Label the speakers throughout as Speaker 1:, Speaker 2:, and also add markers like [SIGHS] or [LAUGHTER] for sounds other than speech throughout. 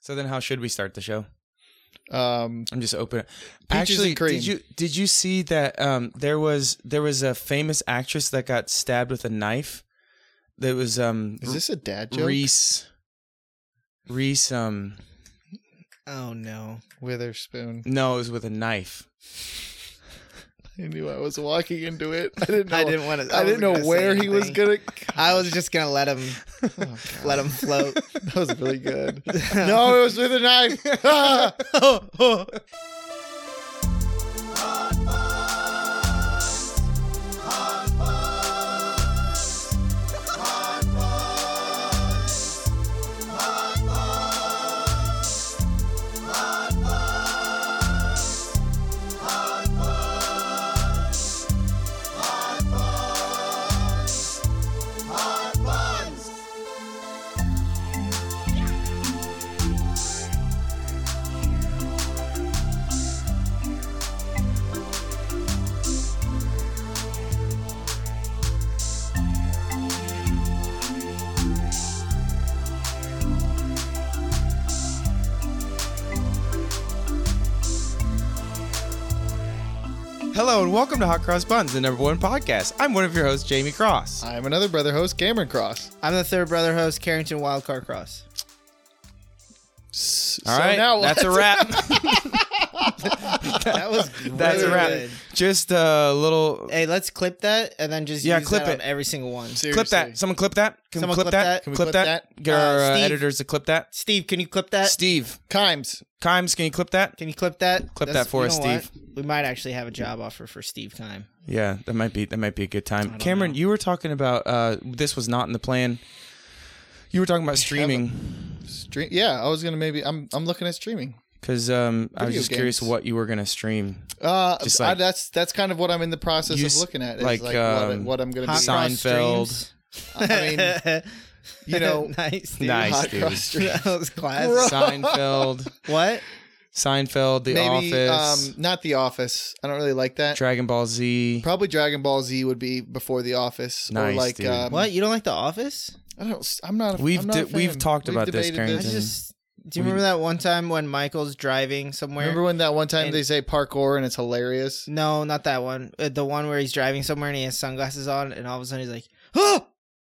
Speaker 1: So then, how should we start the show?
Speaker 2: Um,
Speaker 1: I'm just open.
Speaker 2: and
Speaker 1: Actually,
Speaker 2: cream.
Speaker 1: did you did you see that um, there was there was a famous actress that got stabbed with a knife? That was um,
Speaker 2: is this a dad joke?
Speaker 1: Reese. Reese. Um,
Speaker 3: Oh no.
Speaker 2: Witherspoon.
Speaker 1: no, it was with a knife.
Speaker 2: I knew I was walking into it. I didn't know.
Speaker 3: I didn't want to.
Speaker 2: I didn't know where he was gonna.
Speaker 3: I was just gonna
Speaker 1: [LAUGHS]
Speaker 3: let him,
Speaker 2: Oh,
Speaker 3: let him
Speaker 2: [LAUGHS]
Speaker 3: float.
Speaker 2: that was really good. no, it was with a knife. [LAUGHS] Ah!
Speaker 1: [LAUGHS] Hello and welcome to Hot Cross Buns, the number one podcast. I'm one of your hosts, Jamie Cross.
Speaker 2: I'm another brother host, Cameron Cross.
Speaker 3: I'm the third brother host, Carrington Wildcard Cross.
Speaker 2: S-
Speaker 1: All
Speaker 2: so
Speaker 1: right,
Speaker 2: now what?
Speaker 1: that's a wrap. [LAUGHS]
Speaker 3: That was
Speaker 1: That's a
Speaker 3: really
Speaker 1: wrap.
Speaker 3: good.
Speaker 1: Just a little
Speaker 3: Hey, let's clip that and then just
Speaker 1: Yeah,
Speaker 3: use
Speaker 1: clip
Speaker 3: that
Speaker 1: it.
Speaker 3: on every single one.
Speaker 2: Seriously.
Speaker 1: clip that. Someone clip that. Can
Speaker 3: Someone
Speaker 1: we clip,
Speaker 3: clip
Speaker 1: that?
Speaker 3: that?
Speaker 1: Can we clip, that? Get
Speaker 3: Uh,
Speaker 1: our uh,
Speaker 3: Steve. Uh,
Speaker 1: editors to clip that.
Speaker 3: Steve, can you clip that?
Speaker 1: Steve,
Speaker 2: Kimes.
Speaker 1: Kimes, can you clip that?
Speaker 3: Can you clip that?
Speaker 1: Clip that for
Speaker 3: you
Speaker 1: us,
Speaker 3: know what? We might actually have a job offer for Steve time.
Speaker 1: Yeah, that might be that might be a good time.
Speaker 3: don't
Speaker 1: Cameron,
Speaker 3: know.
Speaker 1: you were talking about uh, this was not in the plan. You were talking about streaming
Speaker 2: Stream. Yeah, I was gonna maybe. I'm. I'm looking at streaming.
Speaker 1: because um, I was
Speaker 2: Video
Speaker 1: just curious
Speaker 2: games.
Speaker 1: what you were gonna stream.
Speaker 2: Uh,
Speaker 1: Just
Speaker 2: I,
Speaker 1: like-
Speaker 2: that's that's kind of what I'm in the process
Speaker 1: You
Speaker 2: of
Speaker 1: s-
Speaker 2: looking at. Is
Speaker 1: like,
Speaker 2: like, what,
Speaker 1: um,
Speaker 2: what I'm gonna
Speaker 3: Hot
Speaker 2: be.
Speaker 3: cross
Speaker 1: Seinfeld.
Speaker 3: streams.
Speaker 2: I mean,
Speaker 3: [LAUGHS]
Speaker 2: you know,
Speaker 3: nice, dude.
Speaker 1: Nice,
Speaker 2: [LAUGHS] hot
Speaker 1: dude.
Speaker 2: cross stream.
Speaker 3: [LAUGHS] that was
Speaker 2: Bro.
Speaker 3: classic.
Speaker 1: Seinfeld,
Speaker 3: [LAUGHS] What?
Speaker 1: Seinfeld, The
Speaker 2: maybe
Speaker 1: Office,
Speaker 2: um, not The Office. I don't really like that.
Speaker 1: Dragon Ball Z.
Speaker 2: Probably Dragon Ball Z would be before The Office, or
Speaker 1: Nice,
Speaker 2: like
Speaker 1: dude.
Speaker 2: um,
Speaker 3: What? You don't like The Office?
Speaker 2: I don't. I'm not. A,
Speaker 1: We've
Speaker 2: I'm not a
Speaker 1: di- we've
Speaker 2: fan.
Speaker 1: talked about this,
Speaker 2: debated
Speaker 1: Carrington.
Speaker 3: I
Speaker 1: Amazing.
Speaker 3: just. Do you
Speaker 1: We-
Speaker 3: remember that one time when Michael's driving somewhere?
Speaker 2: Remember when that one time
Speaker 3: And-
Speaker 2: they say parkour and it's hilarious?
Speaker 3: No, not that one. Uh, the one where he's driving somewhere and he has sunglasses on, and all of a sudden he's like, "Oh,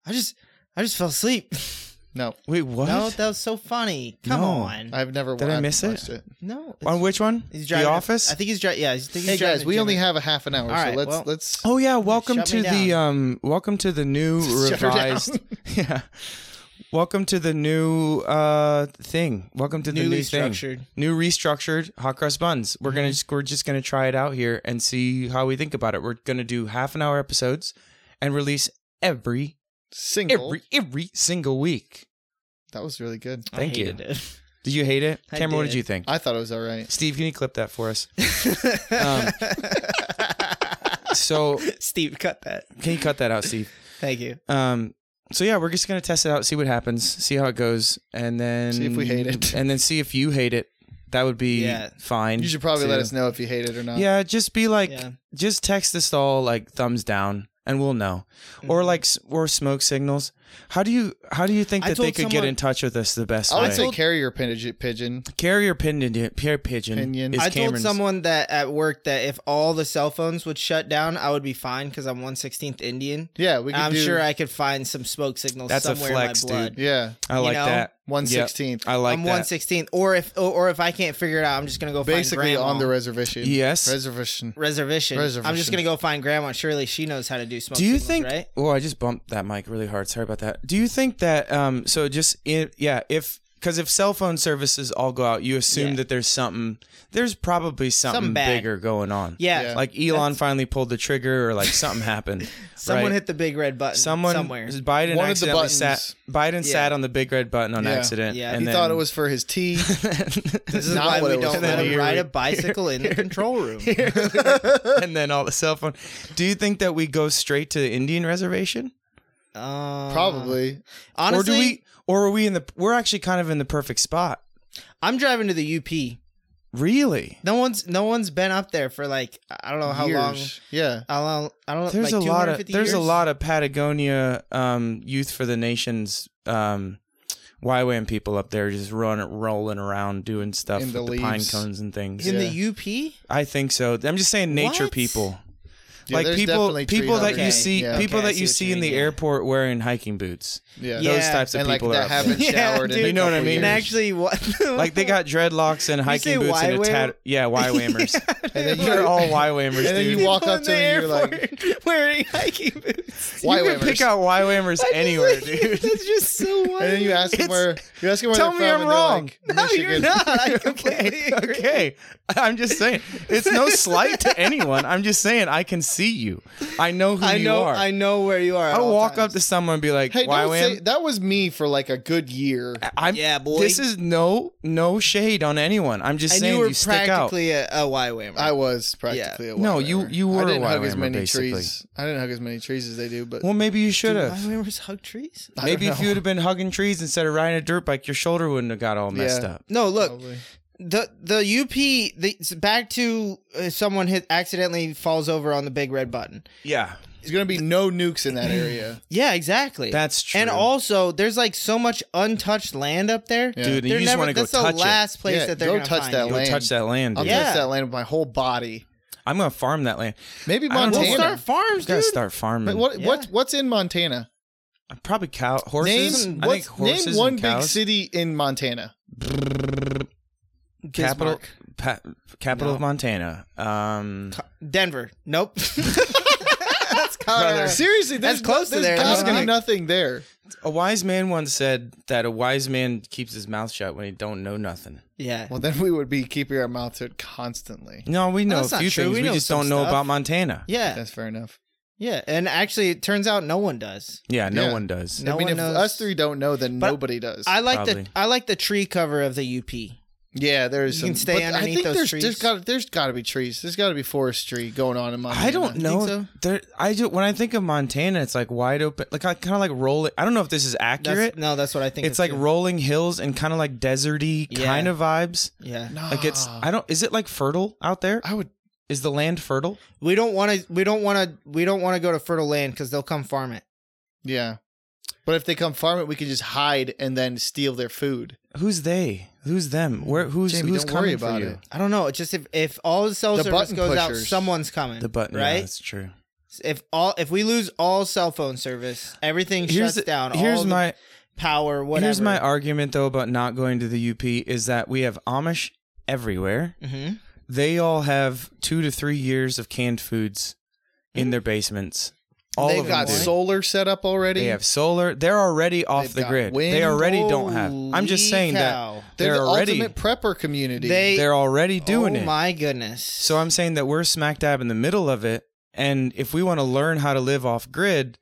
Speaker 3: I just, I just fell asleep." [LAUGHS]
Speaker 2: No,
Speaker 1: Wait, what?
Speaker 3: No, that was so funny. Come
Speaker 1: No.
Speaker 3: on.
Speaker 2: I've never.
Speaker 1: Did I
Speaker 2: I've
Speaker 1: miss it?
Speaker 2: watched
Speaker 3: no. it's-
Speaker 1: On which one?
Speaker 3: he's
Speaker 1: the
Speaker 3: driving-
Speaker 1: Office.
Speaker 3: I think he's driving. Yeah, I think he's
Speaker 2: Hey
Speaker 3: driving
Speaker 2: guys,
Speaker 3: to
Speaker 2: we
Speaker 3: Jim-
Speaker 2: only have a half an hour,
Speaker 3: All right,
Speaker 2: so let's
Speaker 3: well-
Speaker 2: let's.
Speaker 1: Oh yeah, welcome
Speaker 3: Shut
Speaker 1: to
Speaker 3: me
Speaker 1: the
Speaker 3: down.
Speaker 1: um welcome to the
Speaker 3: [LAUGHS]
Speaker 1: new
Speaker 2: Shut her down.
Speaker 1: revised [LAUGHS] Yeah. Welcome to the new uh thing. Welcome to the
Speaker 3: newly
Speaker 1: new thing.
Speaker 3: structured.
Speaker 1: New restructured hot cross buns. We're
Speaker 2: Mm-hmm.
Speaker 1: gonna just, we're just gonna try it out here and see how we think about it. We're gonna do half an hour episodes and release every
Speaker 2: single.
Speaker 1: every Oh. every single week.
Speaker 2: That was really good.
Speaker 3: I
Speaker 1: Thank you.
Speaker 3: hated it.
Speaker 1: Did you hate it?
Speaker 3: I
Speaker 1: Cameron, what
Speaker 3: did.
Speaker 1: did you think?
Speaker 2: I thought it was
Speaker 1: [LAUGHS]
Speaker 2: all right.
Speaker 1: Steve, can you clip that for
Speaker 2: [LAUGHS]
Speaker 1: us? Um, So
Speaker 3: [LAUGHS] Steve, cut that.
Speaker 1: can you cut that out, Steve?
Speaker 3: Thank you.
Speaker 1: Um, so yeah, we're just gonna test it out, see what happens, see how it goes, and then
Speaker 2: See if we hate it.
Speaker 1: and then see if you hate it. That would be
Speaker 3: Yeah.
Speaker 1: fine.
Speaker 2: You should probably let
Speaker 1: too.
Speaker 2: us know if you hate it or not.
Speaker 1: Yeah, just be like,
Speaker 3: yeah.
Speaker 1: just text us all like thumbs down, and we'll know.
Speaker 3: Mm-hmm.
Speaker 1: Or like, s- or smoke signals. How do you how do you think
Speaker 3: I
Speaker 1: that they
Speaker 3: told
Speaker 1: could get
Speaker 3: someone-
Speaker 1: in touch with us the best
Speaker 2: I
Speaker 1: way?
Speaker 2: would say carrier pigeon. pigeon.
Speaker 1: Carrier pigeon, pier pigeon,
Speaker 2: Pinion.
Speaker 1: is
Speaker 3: I
Speaker 1: Cameron's.
Speaker 3: told someone that at work that if all the cell phones would shut down, I would be fine because I'm one sixteenth Indian.
Speaker 2: Yeah, we. Could
Speaker 3: I'm
Speaker 2: do,
Speaker 3: sure I could find some smoke signals
Speaker 1: That's a
Speaker 3: somewhere
Speaker 1: flex,
Speaker 3: in
Speaker 1: dude.
Speaker 3: my blood.
Speaker 2: Yeah,
Speaker 1: I like
Speaker 3: know,
Speaker 1: that.
Speaker 2: one sixteenth.
Speaker 1: I like
Speaker 3: I'm
Speaker 1: that.
Speaker 3: one sixteenth, or if or, or if I can't figure it out, I'm just gonna go
Speaker 2: Basically
Speaker 3: find grandma.
Speaker 2: on the reservation.
Speaker 1: Yes.
Speaker 2: reservation.
Speaker 3: reservation. I'm just
Speaker 2: Reservation.
Speaker 3: gonna go find grandma. Surely she knows how to do smoke.
Speaker 1: Do you
Speaker 3: signals,
Speaker 1: think?
Speaker 3: Right?
Speaker 1: Oh, I just bumped that mic really hard. Sorry about that. Do you think that? Um. So just in, yeah. If because if cell phone services all go out, you assume
Speaker 3: Yeah.
Speaker 1: that there's something. There's probably something,
Speaker 3: Something bad.
Speaker 1: bigger going on.
Speaker 3: Yeah.
Speaker 2: Yeah.
Speaker 1: Like Elon finally pulled the trigger, or like something happened.
Speaker 3: [LAUGHS] Someone
Speaker 1: right?
Speaker 3: hit the big red button.
Speaker 1: someone
Speaker 3: somewhere.
Speaker 1: Biden
Speaker 2: One of the
Speaker 1: accidentally
Speaker 2: buttons.
Speaker 1: sat. Biden
Speaker 3: Yeah.
Speaker 1: sat on the big red button on
Speaker 2: Yeah.
Speaker 1: accident.
Speaker 3: Yeah.
Speaker 1: and
Speaker 2: He
Speaker 1: then-
Speaker 2: thought it was for his tea.
Speaker 3: [LAUGHS] This is
Speaker 2: Not
Speaker 3: why
Speaker 2: what
Speaker 3: we
Speaker 2: it was
Speaker 3: don't let
Speaker 2: called.
Speaker 3: him ride a bicycle in the control room.
Speaker 1: [LAUGHS]
Speaker 2: [LAUGHS]
Speaker 1: and then all the cell phone. Do you think that we go straight to the Indian reservation,
Speaker 3: Uh, [LAUGHS]
Speaker 2: Probably.
Speaker 3: Honestly,
Speaker 1: or do we? Or are we in the? We're actually kind of in the perfect spot.
Speaker 3: I'm driving to the UP.
Speaker 1: Really?
Speaker 3: No one's no one's been up there for like I don't know how
Speaker 2: years.
Speaker 3: long.
Speaker 2: Yeah.
Speaker 3: How long? I don't know.
Speaker 1: there's
Speaker 3: like
Speaker 1: a lot of
Speaker 3: 250
Speaker 1: there's a
Speaker 3: years?
Speaker 1: lot of Patagonia um, Youth for the Nations um, YWAM people up there just run rolling around doing stuff
Speaker 2: In
Speaker 1: with
Speaker 2: the
Speaker 1: the pine
Speaker 2: leaves.
Speaker 1: cones and things.
Speaker 3: in
Speaker 2: Yeah.
Speaker 3: the UP.
Speaker 1: I think so. I'm just saying nature
Speaker 3: What?
Speaker 1: people.
Speaker 2: Yeah,
Speaker 1: like
Speaker 2: there's
Speaker 1: people
Speaker 2: definitely tree
Speaker 1: people that
Speaker 3: Okay,
Speaker 1: you see
Speaker 2: yeah.
Speaker 1: people
Speaker 3: okay, I
Speaker 1: that you
Speaker 3: see what
Speaker 1: see
Speaker 3: you
Speaker 1: in the
Speaker 3: mean, yeah.
Speaker 1: airport wearing hiking boots.
Speaker 2: yeah,
Speaker 3: Yeah.
Speaker 1: Those types of
Speaker 2: and like
Speaker 1: people are up
Speaker 2: that
Speaker 1: there.
Speaker 2: [LAUGHS] haven't
Speaker 3: there. Yeah,
Speaker 2: showered in a
Speaker 3: dude.
Speaker 1: You know what I
Speaker 2: couple
Speaker 1: mean?
Speaker 3: And
Speaker 1: Years.
Speaker 3: actually, what?
Speaker 1: [LAUGHS] Like they got dreadlocks and hiking boots and a
Speaker 3: YWAM?
Speaker 1: tat. Yeah, YWAMers.
Speaker 3: [LAUGHS]
Speaker 2: And
Speaker 1: [LAUGHS]
Speaker 2: then
Speaker 1: You're all YWAMers,
Speaker 2: [LAUGHS] And then
Speaker 1: dude.
Speaker 2: you walk up to them and you're like-
Speaker 3: like [LAUGHS] wearing hiking boots.
Speaker 1: You can
Speaker 3: [LAUGHS]
Speaker 2: YWAMers.
Speaker 1: pick out YWAMers
Speaker 3: I'm just [LAUGHS]
Speaker 1: anywhere, [LAUGHS]
Speaker 3: like,
Speaker 1: dude.
Speaker 3: That's just so wild.
Speaker 2: And then you ask them
Speaker 1: It's-
Speaker 2: where you ask them where
Speaker 1: Tell
Speaker 2: they're
Speaker 1: me I'm
Speaker 2: from and they're
Speaker 1: wrong.
Speaker 2: like,
Speaker 3: No, you're
Speaker 2: "Michigan." [LAUGHS]
Speaker 3: not. I completely
Speaker 1: okay,
Speaker 3: agree.
Speaker 1: okay. I'm just saying it's no slight to anyone. I'm just saying I can see you. I know who
Speaker 3: I
Speaker 1: you
Speaker 3: know.
Speaker 1: are.
Speaker 3: I know where you are. at
Speaker 1: I'll
Speaker 3: all
Speaker 1: walk up
Speaker 3: times.
Speaker 1: to someone and be like,
Speaker 2: Hey, don't say,
Speaker 1: YWAM.
Speaker 2: that was me for like a good year.
Speaker 1: I'm.
Speaker 3: Yeah, boy.
Speaker 1: This is no no shade on anyone. I'm just
Speaker 3: and
Speaker 1: saying
Speaker 3: you were
Speaker 1: stick out.
Speaker 3: practically a, a YWAMer.
Speaker 2: I was practically a
Speaker 1: No,
Speaker 2: YWAMer.
Speaker 1: you- you were
Speaker 2: I
Speaker 1: a
Speaker 2: didn't hug as
Speaker 1: YWAMer,
Speaker 2: many
Speaker 1: basically.
Speaker 2: trees. I didn't hug as many trees as they do, but
Speaker 1: Well, maybe you should
Speaker 3: Do
Speaker 1: have.
Speaker 3: YWAMers hug trees?
Speaker 2: I don't
Speaker 1: Maybe if
Speaker 2: know.
Speaker 1: you'd have been hugging trees instead of riding a dirt bike, your shoulder wouldn't have got all messed
Speaker 2: Yeah.
Speaker 1: up.
Speaker 3: No, look.
Speaker 2: Probably.
Speaker 3: the the UP the it's back to uh, someone hit accidentally falls over on the big red button.
Speaker 1: Yeah,
Speaker 2: there's gonna be no nukes in that area.
Speaker 3: Yeah, exactly.
Speaker 1: that's true.
Speaker 3: and also, there's like so much untouched land up there.
Speaker 2: Yeah.
Speaker 1: dude, and
Speaker 3: They're
Speaker 1: you just
Speaker 3: never-
Speaker 1: want to go
Speaker 3: that's the
Speaker 1: touch it.
Speaker 3: last place
Speaker 2: Yeah,
Speaker 3: that they're
Speaker 2: go
Speaker 3: gonna
Speaker 2: touch
Speaker 3: find
Speaker 2: that
Speaker 3: you.
Speaker 1: Go
Speaker 2: land.
Speaker 1: touch that land.
Speaker 2: I'll
Speaker 1: Dude.
Speaker 3: Yeah.
Speaker 2: touch that land with my whole body.
Speaker 1: I'm gonna farm that land.
Speaker 2: Maybe
Speaker 1: I don't
Speaker 2: Montana.
Speaker 1: know.
Speaker 3: We'll
Speaker 1: Damn.
Speaker 3: start farms,
Speaker 1: Just gotta
Speaker 3: dude.
Speaker 1: start farming. Uh,
Speaker 2: But what
Speaker 3: Yeah.
Speaker 2: what's what's in Montana?
Speaker 1: Probably cow horses.
Speaker 2: Name
Speaker 1: I think
Speaker 2: what's,
Speaker 1: horses
Speaker 2: name one
Speaker 1: and
Speaker 2: big
Speaker 1: cows.
Speaker 2: city in Montana.
Speaker 1: Capital,
Speaker 3: Bismarck.
Speaker 1: pa- capital
Speaker 3: No.
Speaker 1: of Montana. Um,
Speaker 3: Co- Denver. Nope. [LAUGHS] that's Colorado.
Speaker 2: Seriously, there's
Speaker 3: That's close to
Speaker 2: no,
Speaker 3: there.
Speaker 2: there's
Speaker 1: I'm
Speaker 2: gotta
Speaker 1: just gonna-
Speaker 2: be nothing there.
Speaker 1: a wise man once said that a wise man keeps his mouth shut when he don't know nothing.
Speaker 3: Yeah.
Speaker 2: Well, then we would be keeping our mouth shut constantly.
Speaker 1: No, we know
Speaker 3: that's
Speaker 1: a
Speaker 3: not
Speaker 1: few
Speaker 3: true.
Speaker 1: things.
Speaker 3: We
Speaker 1: We,
Speaker 3: know
Speaker 1: just
Speaker 3: some
Speaker 1: don't know
Speaker 3: stuff.
Speaker 1: about Montana.
Speaker 3: Yeah.
Speaker 2: That's fair enough.
Speaker 3: Yeah. And actually, it turns out no one does.
Speaker 1: Yeah, no
Speaker 2: Yeah.
Speaker 1: one does.
Speaker 3: No
Speaker 2: I mean,
Speaker 3: one
Speaker 2: if
Speaker 3: knows.
Speaker 2: us three don't know, then
Speaker 3: But
Speaker 2: nobody does.
Speaker 3: I like
Speaker 1: Probably.
Speaker 3: the I like the tree cover of the UP.
Speaker 2: yeah, there's
Speaker 3: You
Speaker 2: some,
Speaker 3: can stay
Speaker 2: but I
Speaker 3: underneath
Speaker 2: think
Speaker 3: those
Speaker 2: there's,
Speaker 3: trees.
Speaker 2: There's got there's got to be trees. There's got to be forestry going on in Montana.
Speaker 1: I don't
Speaker 3: think
Speaker 1: know.
Speaker 3: so?
Speaker 1: There, I ju- when I think of Montana, it's like wide open, like I kind of like rolling. I don't know if this is
Speaker 3: That's,
Speaker 1: accurate.
Speaker 3: No, that's what I think.
Speaker 1: it's like
Speaker 3: too.
Speaker 1: rolling hills and kind of like deserty
Speaker 3: Yeah. Ah.
Speaker 1: kind of vibes.
Speaker 3: yeah.
Speaker 2: Nah.
Speaker 1: Like it's I don't. Is it like fertile out there?
Speaker 2: I would.
Speaker 1: Is the land fertile?
Speaker 3: We don't want to. We don't want to. We don't want to go to fertile land because they'll come farm it.
Speaker 2: Yeah, but if they come farm it, we could just hide and then steal their food.
Speaker 1: Who's they? Who's them? Where?
Speaker 3: Mm.
Speaker 1: Who's
Speaker 2: Jamie,
Speaker 1: who's
Speaker 2: don't
Speaker 1: coming
Speaker 2: worry
Speaker 1: for
Speaker 2: about
Speaker 1: you?
Speaker 2: it.
Speaker 3: I don't know. It's just if if all the cell
Speaker 2: The
Speaker 3: service
Speaker 2: button
Speaker 3: goes out,
Speaker 2: pushers.
Speaker 3: someone's coming.
Speaker 1: The button, right?
Speaker 3: right?
Speaker 1: that's true.
Speaker 3: if all if we lose all cell phone service, everything
Speaker 1: Here's
Speaker 3: shuts
Speaker 1: the-
Speaker 3: down.
Speaker 1: Here's
Speaker 3: all the
Speaker 1: my
Speaker 3: power. Whatever.
Speaker 1: here's my argument though about not going to the UP is that we have Amish everywhere.
Speaker 3: Mhm.
Speaker 1: They all have two to three years of canned foods in their basements. All
Speaker 2: They've
Speaker 1: of
Speaker 2: got
Speaker 1: them do.
Speaker 2: solar set up already.
Speaker 1: They have solar. They're already off
Speaker 2: They've
Speaker 1: the
Speaker 2: got
Speaker 1: grid.
Speaker 2: wind.
Speaker 1: They already don't have. I'm just
Speaker 3: Holy
Speaker 1: saying
Speaker 3: cow.
Speaker 1: that
Speaker 2: They're
Speaker 1: they're
Speaker 2: the
Speaker 1: already
Speaker 2: ultimate prepper community.
Speaker 3: They-
Speaker 1: they're already doing
Speaker 3: oh
Speaker 1: it.
Speaker 3: my goodness.
Speaker 1: So I'm saying that we're smack dab in the middle of it, and if we want to learn how to live off grid,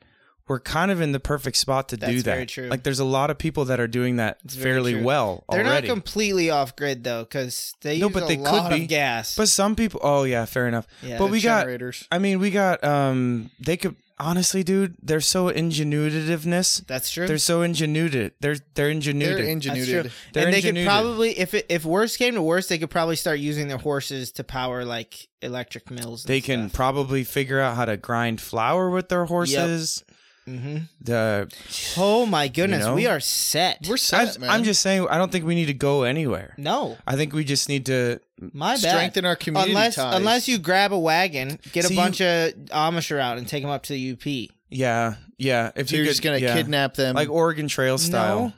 Speaker 1: we're kind of in the perfect spot to do
Speaker 3: That's
Speaker 1: that.
Speaker 3: very true.
Speaker 1: Like there's a lot of people that are doing that
Speaker 3: It's very
Speaker 1: fairly
Speaker 3: true.
Speaker 1: well
Speaker 3: they're
Speaker 1: already.
Speaker 3: not completely off grid though because they
Speaker 1: No,
Speaker 3: use
Speaker 1: but
Speaker 3: a
Speaker 1: they could
Speaker 3: lot
Speaker 1: be.
Speaker 3: of gas.
Speaker 1: but some people, oh yeah, fair enough.
Speaker 3: yeah.
Speaker 1: but
Speaker 2: The
Speaker 1: we got-
Speaker 2: generators.
Speaker 1: I mean, we got um, they could honestly, dude, they're so ingenuitiveness.
Speaker 3: that's true.
Speaker 1: They're so ingenuitive. They're they're ingenuitive.
Speaker 2: They're
Speaker 3: That's
Speaker 2: ingenuity.
Speaker 3: true.
Speaker 1: They're
Speaker 3: and they
Speaker 1: ingenuitive.
Speaker 3: could probably, if it, if worse came to worse, they could probably start using their horses to power like electric mills. and
Speaker 1: they can
Speaker 3: stuff.
Speaker 1: probably figure out how to grind flour with their horses.
Speaker 3: Mhm.
Speaker 1: The
Speaker 3: Oh my goodness,
Speaker 1: know?
Speaker 3: we are set.
Speaker 2: We're set,
Speaker 1: I've-
Speaker 2: man.
Speaker 1: I'm just saying, I don't think we need to go anywhere.
Speaker 3: no,
Speaker 1: I think we just need to
Speaker 3: my bad.
Speaker 2: strengthen our community
Speaker 3: unless
Speaker 2: ties.
Speaker 3: unless you grab a wagon, get
Speaker 1: See,
Speaker 3: a
Speaker 1: you-
Speaker 3: bunch of Amish around and take them up to the UP.
Speaker 1: Yeah, yeah. If
Speaker 2: so
Speaker 1: you
Speaker 2: you're
Speaker 1: could-
Speaker 2: just gonna
Speaker 1: yeah.
Speaker 2: kidnap them.
Speaker 1: like Oregon Trail style.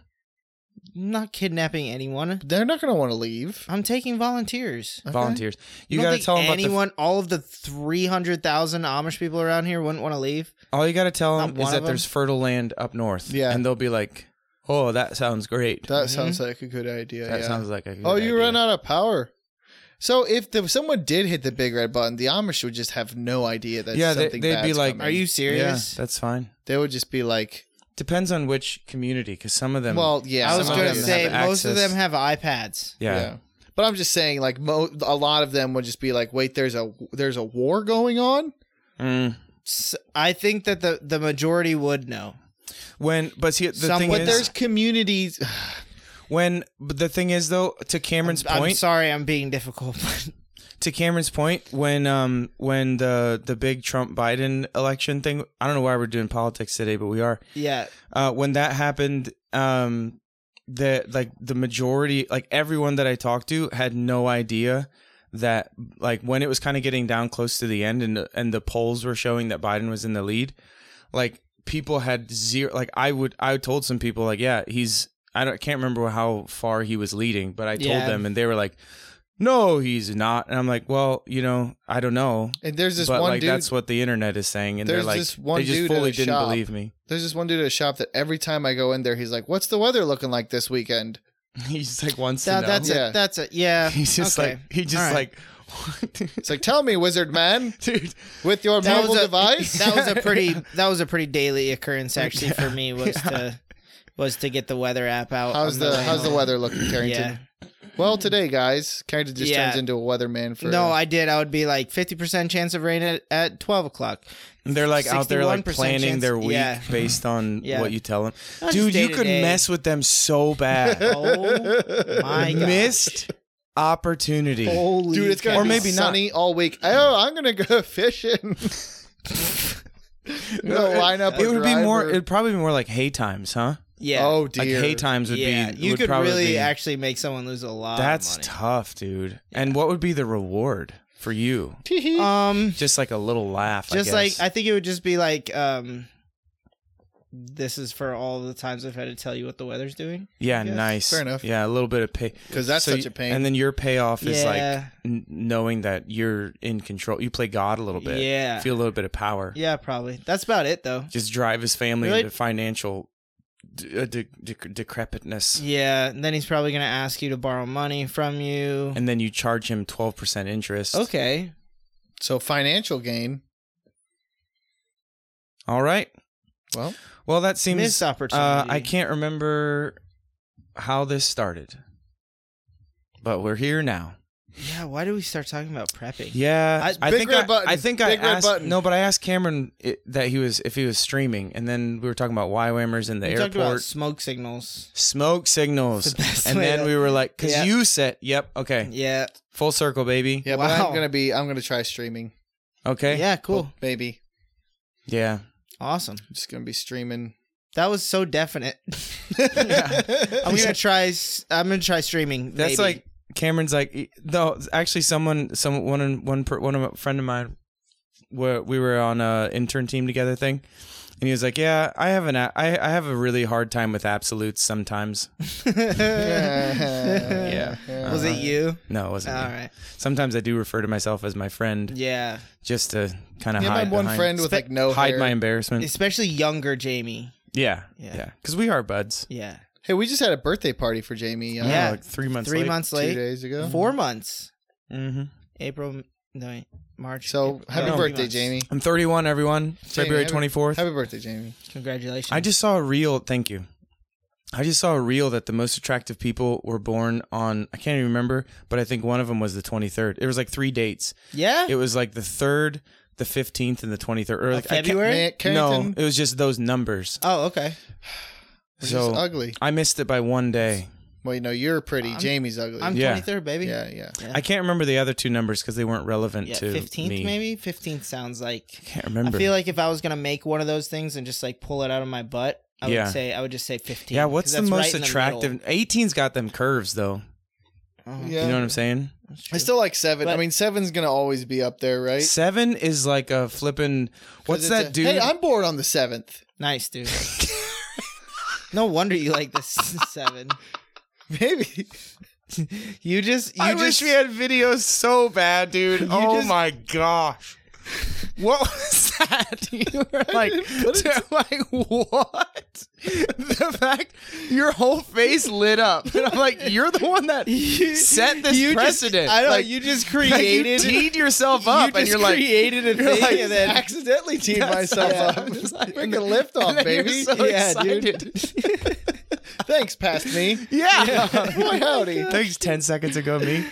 Speaker 3: I'm not kidnapping anyone.
Speaker 2: they're not gonna want to leave.
Speaker 3: I'm taking volunteers.
Speaker 2: Okay.
Speaker 1: Volunteers, you
Speaker 3: Don't
Speaker 1: gotta
Speaker 3: think
Speaker 1: tell them about the.
Speaker 3: anyone. all of the three hundred thousand Amish people around here wouldn't want to leave.
Speaker 1: All you gotta tell
Speaker 3: Not
Speaker 1: them
Speaker 3: one
Speaker 1: is that
Speaker 3: of
Speaker 1: there's fertile land up north.
Speaker 2: Yeah.
Speaker 1: and they'll be like, "Oh, that sounds great. That,
Speaker 2: That sounds like a good idea. yeah.
Speaker 1: Mm-hmm. sounds like a good
Speaker 2: oh,
Speaker 1: idea.
Speaker 2: you run out of power. So if the, someone did hit the big red button, the Amish would just have no idea that
Speaker 1: Yeah, they-
Speaker 2: something
Speaker 1: they'd be
Speaker 2: bad's
Speaker 1: like,
Speaker 2: coming.
Speaker 3: Are you
Speaker 1: Yeah,
Speaker 3: serious?
Speaker 1: that's fine.
Speaker 2: They would just be like,
Speaker 1: Depends on which community, because some of them.
Speaker 2: well, yeah.
Speaker 3: I was
Speaker 1: some
Speaker 2: some
Speaker 1: of
Speaker 3: going to
Speaker 1: them have
Speaker 3: say most of
Speaker 1: access.
Speaker 3: them have iPads.
Speaker 1: yeah.
Speaker 2: But I'm just saying, like, mo- a lot of them would just be like, "Wait, there's a there's a war going on."
Speaker 1: Mm.
Speaker 3: S I I think that the the majority would know.
Speaker 1: When, but see, the
Speaker 3: Some-
Speaker 1: thing
Speaker 2: But
Speaker 1: is,
Speaker 2: there's communities. [SIGHS]
Speaker 1: when, but the thing is though, to Cameron's
Speaker 3: I'm
Speaker 1: point,
Speaker 3: sorry, I'm being difficult. [LAUGHS] But
Speaker 1: to Cameron's point, when um when the the big Trump Biden election thing, I don't know why we're doing politics today, but we are.
Speaker 3: yeah,
Speaker 1: uh, when that happened, um, the like the majority like everyone that I talked to had no idea that like when it was kind of getting down close to the end and the, and the polls were showing that Biden was in the lead like people had zero like I would I told some people like yeah he's I don't can't remember how far he was leading but I told
Speaker 3: Yeah.
Speaker 1: them and they were like no he's not and I'm like well you know I don't know
Speaker 2: And there's this
Speaker 1: but
Speaker 2: one
Speaker 1: like
Speaker 2: dude.
Speaker 1: that's what the internet is saying and they're
Speaker 2: There's
Speaker 1: like
Speaker 2: this one
Speaker 1: they just
Speaker 2: dude at
Speaker 1: fully
Speaker 2: a
Speaker 1: didn't
Speaker 2: shop.
Speaker 1: believe me
Speaker 2: There's this one dude at a shop that every time I go in there, he's like, "What's the weather looking like this weekend?"
Speaker 1: [LAUGHS] he's like wants to
Speaker 3: That-
Speaker 1: know
Speaker 3: that's
Speaker 2: Yeah.
Speaker 3: it. That's it. Yeah.
Speaker 1: he's just
Speaker 3: okay.
Speaker 1: like [LAUGHS] he just
Speaker 3: All right.
Speaker 1: like [LAUGHS] what?
Speaker 2: It's like, "Tell me, wizard man,
Speaker 1: dude
Speaker 2: with your
Speaker 3: That
Speaker 2: mobile
Speaker 3: was a-
Speaker 1: [LAUGHS]
Speaker 2: device."
Speaker 3: [LAUGHS] that was a pretty that was a pretty daily occurrence actually for
Speaker 1: [LAUGHS]
Speaker 3: me was to was to get the weather app out.
Speaker 2: [LAUGHS] how's
Speaker 3: on
Speaker 2: the
Speaker 3: way
Speaker 2: how's the
Speaker 3: home.
Speaker 2: weather looking,
Speaker 3: Yeah.
Speaker 2: Carrington? Well, today, guys, Carrington just
Speaker 3: Yeah.
Speaker 2: turns into a weatherman for
Speaker 3: no,
Speaker 2: [LAUGHS]
Speaker 3: I did. I would be like fifty percent chance of rain at, at twelve o'clock.
Speaker 1: They're like out there like
Speaker 3: 61%
Speaker 1: planning
Speaker 3: chance-
Speaker 1: their week
Speaker 3: yeah.
Speaker 1: based on
Speaker 3: [LAUGHS] Yeah.
Speaker 1: what you tell them.
Speaker 3: That's
Speaker 1: Dude, you
Speaker 3: day to
Speaker 1: could
Speaker 3: day.
Speaker 1: mess with them
Speaker 3: [LAUGHS]
Speaker 1: so bad.
Speaker 3: Oh my god, Oh
Speaker 1: Missed opportunity.
Speaker 3: Holy
Speaker 2: dude, it's gonna
Speaker 1: Or
Speaker 2: be
Speaker 1: maybe not.
Speaker 2: sunny all week. Oh, I'm gonna go [LAUGHS]
Speaker 3: [LAUGHS]
Speaker 2: fishing. no lineup.
Speaker 1: It
Speaker 2: of
Speaker 1: would be more.
Speaker 2: driver- [LAUGHS]
Speaker 1: It'd probably be more like hay times, huh?
Speaker 3: yeah.
Speaker 2: Oh
Speaker 1: Like
Speaker 2: dear.
Speaker 1: hay times would
Speaker 3: yeah,
Speaker 1: be.
Speaker 3: you
Speaker 1: would
Speaker 3: could
Speaker 1: probably
Speaker 3: really
Speaker 1: be-
Speaker 3: actually make someone lose a lot.
Speaker 1: That's
Speaker 3: of
Speaker 1: tough, dude. And what would be the reward for you?
Speaker 3: money. um,
Speaker 1: Just like a little laugh.
Speaker 3: just
Speaker 1: I
Speaker 3: like
Speaker 1: guess.
Speaker 3: I think it would just be like um, this is for all the times I've had to tell you what the weather's doing.
Speaker 1: yeah,
Speaker 2: guess.
Speaker 1: nice.
Speaker 2: Fair enough.
Speaker 1: Yeah, a little bit of pay.
Speaker 2: because that's
Speaker 1: So
Speaker 2: such
Speaker 1: you-
Speaker 2: a pain.
Speaker 1: And then your payoff is like
Speaker 3: Yeah.
Speaker 1: n- knowing that you're in control. You play God a little bit.
Speaker 3: Yeah.
Speaker 1: Feel a little bit of power.
Speaker 3: Yeah, probably. That's about it though.
Speaker 1: just drive his family
Speaker 3: Really?
Speaker 1: into financial de- uh, de- de- decrepitness.
Speaker 3: Yeah, and then he's probably gonna ask you to borrow money from you.
Speaker 1: And then you charge him 12% interest.
Speaker 3: Okay.
Speaker 2: so financial gain.
Speaker 1: All right.
Speaker 2: Well,
Speaker 1: Well, that seems.
Speaker 3: Missed opportunity.
Speaker 1: Uh, I can't remember how this started, but we're here now.
Speaker 3: Yeah, why do we start talking about prepping?
Speaker 1: Yeah,
Speaker 3: I-
Speaker 1: I,
Speaker 2: Big
Speaker 1: think
Speaker 2: red
Speaker 1: I,
Speaker 2: button.
Speaker 1: I think I
Speaker 2: Big red
Speaker 1: asked
Speaker 2: button.
Speaker 1: no, but I asked Cameron it, that he was if he was streaming, and then we were talking about YWAMers in the
Speaker 3: we talked about
Speaker 1: airport,
Speaker 3: smoke signals.
Speaker 1: smoke signals,
Speaker 3: [LAUGHS] It's the best
Speaker 1: and
Speaker 3: way
Speaker 1: then
Speaker 3: to-
Speaker 1: we were like, "Cause
Speaker 3: Yeah.
Speaker 1: you said, yep, okay,
Speaker 3: Yeah.
Speaker 1: full circle, baby,
Speaker 2: yeah, but
Speaker 3: Wow.
Speaker 2: I'm gonna be. I'm gonna try streaming.
Speaker 1: okay,
Speaker 3: Yeah, cool.
Speaker 2: Maybe
Speaker 1: yeah."
Speaker 3: Awesome.
Speaker 2: I'm just gonna be
Speaker 3: [LAUGHS]
Speaker 2: streaming.
Speaker 3: That was so
Speaker 1: [LAUGHS]
Speaker 3: definite. I'm gonna try s- I'm gonna try streaming.
Speaker 1: That's
Speaker 3: maybe. [LAUGHS]
Speaker 1: like Cameron's like no, actually someone some one one per, one of a friend of mine where we were on a intern team together thing and he was like, "Yeah, I have an a- I I have a really hard time with absolutes sometimes."
Speaker 2: yeah. Uh-huh.
Speaker 3: Was it you?
Speaker 1: No, it wasn't. me.
Speaker 3: All right.
Speaker 1: Sometimes I do refer to myself as my friend
Speaker 3: Yeah.
Speaker 1: just to kind of
Speaker 2: Yeah, my
Speaker 1: hide
Speaker 2: one
Speaker 1: behind-
Speaker 2: friend with
Speaker 1: [LAUGHS]
Speaker 3: Spe-
Speaker 2: like no
Speaker 1: hide
Speaker 2: hair.
Speaker 1: my embarrassment.
Speaker 3: Especially younger Jamie.
Speaker 1: yeah.
Speaker 3: Yeah.
Speaker 1: Yeah. Cuz we are buds.
Speaker 3: Yeah.
Speaker 2: Hey, we just had a birthday party for Jamie. Uh,
Speaker 3: Yeah.
Speaker 1: like 3 months
Speaker 3: Three
Speaker 1: late.
Speaker 3: months
Speaker 2: two
Speaker 3: late.
Speaker 2: days ago.
Speaker 3: Four months.
Speaker 1: Mhm.
Speaker 3: April no wait, March.
Speaker 2: So
Speaker 3: April-
Speaker 2: happy
Speaker 3: no, three
Speaker 2: birthday,
Speaker 3: months.
Speaker 2: Jamie.
Speaker 1: I'm 31 everyone. February
Speaker 2: happy-
Speaker 1: 24th.
Speaker 2: Happy birthday, Jamie.
Speaker 3: Congratulations.
Speaker 1: I just saw a reel. Thank you. I just saw a reel that the most attractive people were born on. I can't even remember, but I think one of them was the 23rd. It was like three dates.
Speaker 3: Yeah?
Speaker 1: It was like the third, the 15th, and the 23rd. Or like, I can't-
Speaker 3: February?
Speaker 2: Man,
Speaker 1: No,
Speaker 2: Carrington
Speaker 1: it was just those numbers.
Speaker 3: Oh, okay.
Speaker 2: is
Speaker 1: so-
Speaker 2: ugly.
Speaker 1: I missed it by one day.
Speaker 2: Well, you know, you're pretty.
Speaker 3: I'm-
Speaker 2: Jamie's ugly.
Speaker 3: I'm
Speaker 1: Yeah.
Speaker 3: 23rd, baby.
Speaker 2: yeah, yeah.
Speaker 1: I can't remember the other two numbers because they weren't relevant
Speaker 3: Yeah,
Speaker 1: to
Speaker 3: 15th
Speaker 1: me.
Speaker 3: maybe? 15th sounds like.
Speaker 1: Can't remember.
Speaker 3: I feel like if I was going to make one of those things and just like pull it out of my butt, I
Speaker 1: Yeah.
Speaker 3: would say, I would just say 15.
Speaker 1: yeah,
Speaker 3: 'cause
Speaker 1: what's the
Speaker 3: that's
Speaker 1: most
Speaker 3: right in
Speaker 1: attractive?
Speaker 3: middle.
Speaker 1: 18's got them curves though.
Speaker 3: Oh,
Speaker 2: Yeah.
Speaker 1: You know what I'm saying?
Speaker 3: that's true.
Speaker 2: I still like seven. I
Speaker 3: But-
Speaker 2: mean, seven's gonna always be up there, right? 'Cause
Speaker 1: Seven is like a flippin'. What's
Speaker 2: it's
Speaker 1: that
Speaker 2: a-
Speaker 1: dude?
Speaker 2: Hey, I'm bored on the seventh.
Speaker 3: Nice, dude.
Speaker 1: [LAUGHS]
Speaker 3: no wonder you like this [LAUGHS] seven.
Speaker 2: Maybe
Speaker 3: [LAUGHS] You just, you
Speaker 1: I
Speaker 3: just,
Speaker 1: wish we had videos so bad,
Speaker 3: [LAUGHS]
Speaker 1: dude. Oh
Speaker 3: just-
Speaker 1: my gosh. What was that? [LAUGHS] You were like, like what? [LAUGHS] The fact your whole face lit up, and I'm like, you're the one that set this
Speaker 3: [LAUGHS] you just-
Speaker 1: precedent.
Speaker 3: I know,
Speaker 1: like,
Speaker 3: you just
Speaker 1: [LAUGHS] like,
Speaker 3: created,
Speaker 1: you teed yourself
Speaker 3: [LAUGHS] you
Speaker 1: up,
Speaker 3: just
Speaker 1: and you're like,
Speaker 3: created a
Speaker 1: you're
Speaker 3: thing
Speaker 1: like, [LAUGHS]
Speaker 3: and then
Speaker 2: accidentally teed
Speaker 1: "That's-
Speaker 2: myself
Speaker 1: yeah."
Speaker 2: up.
Speaker 3: [LAUGHS]
Speaker 1: It's like-
Speaker 2: Make a
Speaker 1: [LAUGHS]
Speaker 2: lift
Speaker 1: and
Speaker 2: off,
Speaker 1: then you're
Speaker 2: baby.
Speaker 1: so
Speaker 3: Yeah, dude.
Speaker 1: excited.
Speaker 2: Thanks, past
Speaker 1: [LAUGHS]
Speaker 2: me.
Speaker 1: yeah.
Speaker 3: [LAUGHS]
Speaker 1: [LAUGHS]
Speaker 2: Boy, howdy.
Speaker 1: Thanks. Ten seconds ago, me.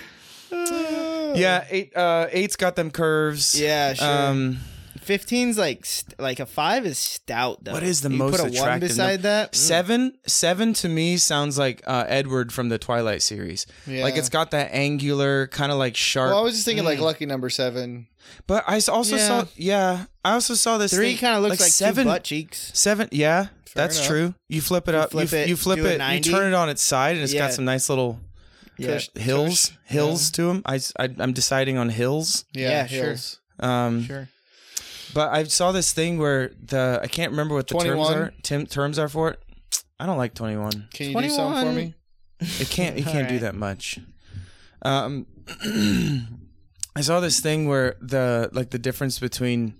Speaker 1: Yeah, eight. Uh, eight's got them curves.
Speaker 3: [LAUGHS] Yeah, sure.
Speaker 1: Um,
Speaker 3: fifteen's like st- like a five is stout though.
Speaker 1: What is the
Speaker 3: You
Speaker 1: most
Speaker 3: put a one
Speaker 1: attractive
Speaker 3: beside that? Mm.
Speaker 1: Seven, seven to me sounds like uh, Edward from the Twilight series.
Speaker 2: Yeah.
Speaker 1: Like it's got that angular, kind of like sharp.
Speaker 2: Well, I was just thinking like
Speaker 3: Mm.
Speaker 2: lucky number seven.
Speaker 1: but I s- also
Speaker 3: Yeah.
Speaker 1: saw, yeah, I also saw this
Speaker 3: Three
Speaker 1: thing-
Speaker 3: kind of looks like,
Speaker 1: seven,
Speaker 3: two butt cheeks.
Speaker 1: seven, yeah, that's
Speaker 2: enough.
Speaker 1: true. You flip it
Speaker 3: You
Speaker 1: up, you
Speaker 3: flip
Speaker 1: f-
Speaker 3: it,
Speaker 1: you flip
Speaker 3: do a
Speaker 1: it, you
Speaker 3: 90.
Speaker 1: turn it on its side, and it's
Speaker 3: Yeah.
Speaker 1: got some nice little
Speaker 3: Yeah.
Speaker 2: Cush-
Speaker 1: hills,
Speaker 2: cush.
Speaker 1: hills to 'em. to them. I, s- I, am deciding on hills.
Speaker 2: Yeah,
Speaker 3: Yeah, sure.
Speaker 2: hills.
Speaker 1: Um,
Speaker 3: Sure.
Speaker 1: But I saw this thing where the I can't remember what the
Speaker 2: 21.
Speaker 1: terms are. Tim, terms are for it. I don't like 21.
Speaker 2: Can you do something for
Speaker 3: 21.
Speaker 2: me?
Speaker 1: It can't. It
Speaker 3: All
Speaker 1: can't do
Speaker 3: right.
Speaker 1: that much. Um, [CLEARS THROAT] I saw this thing where the like the difference between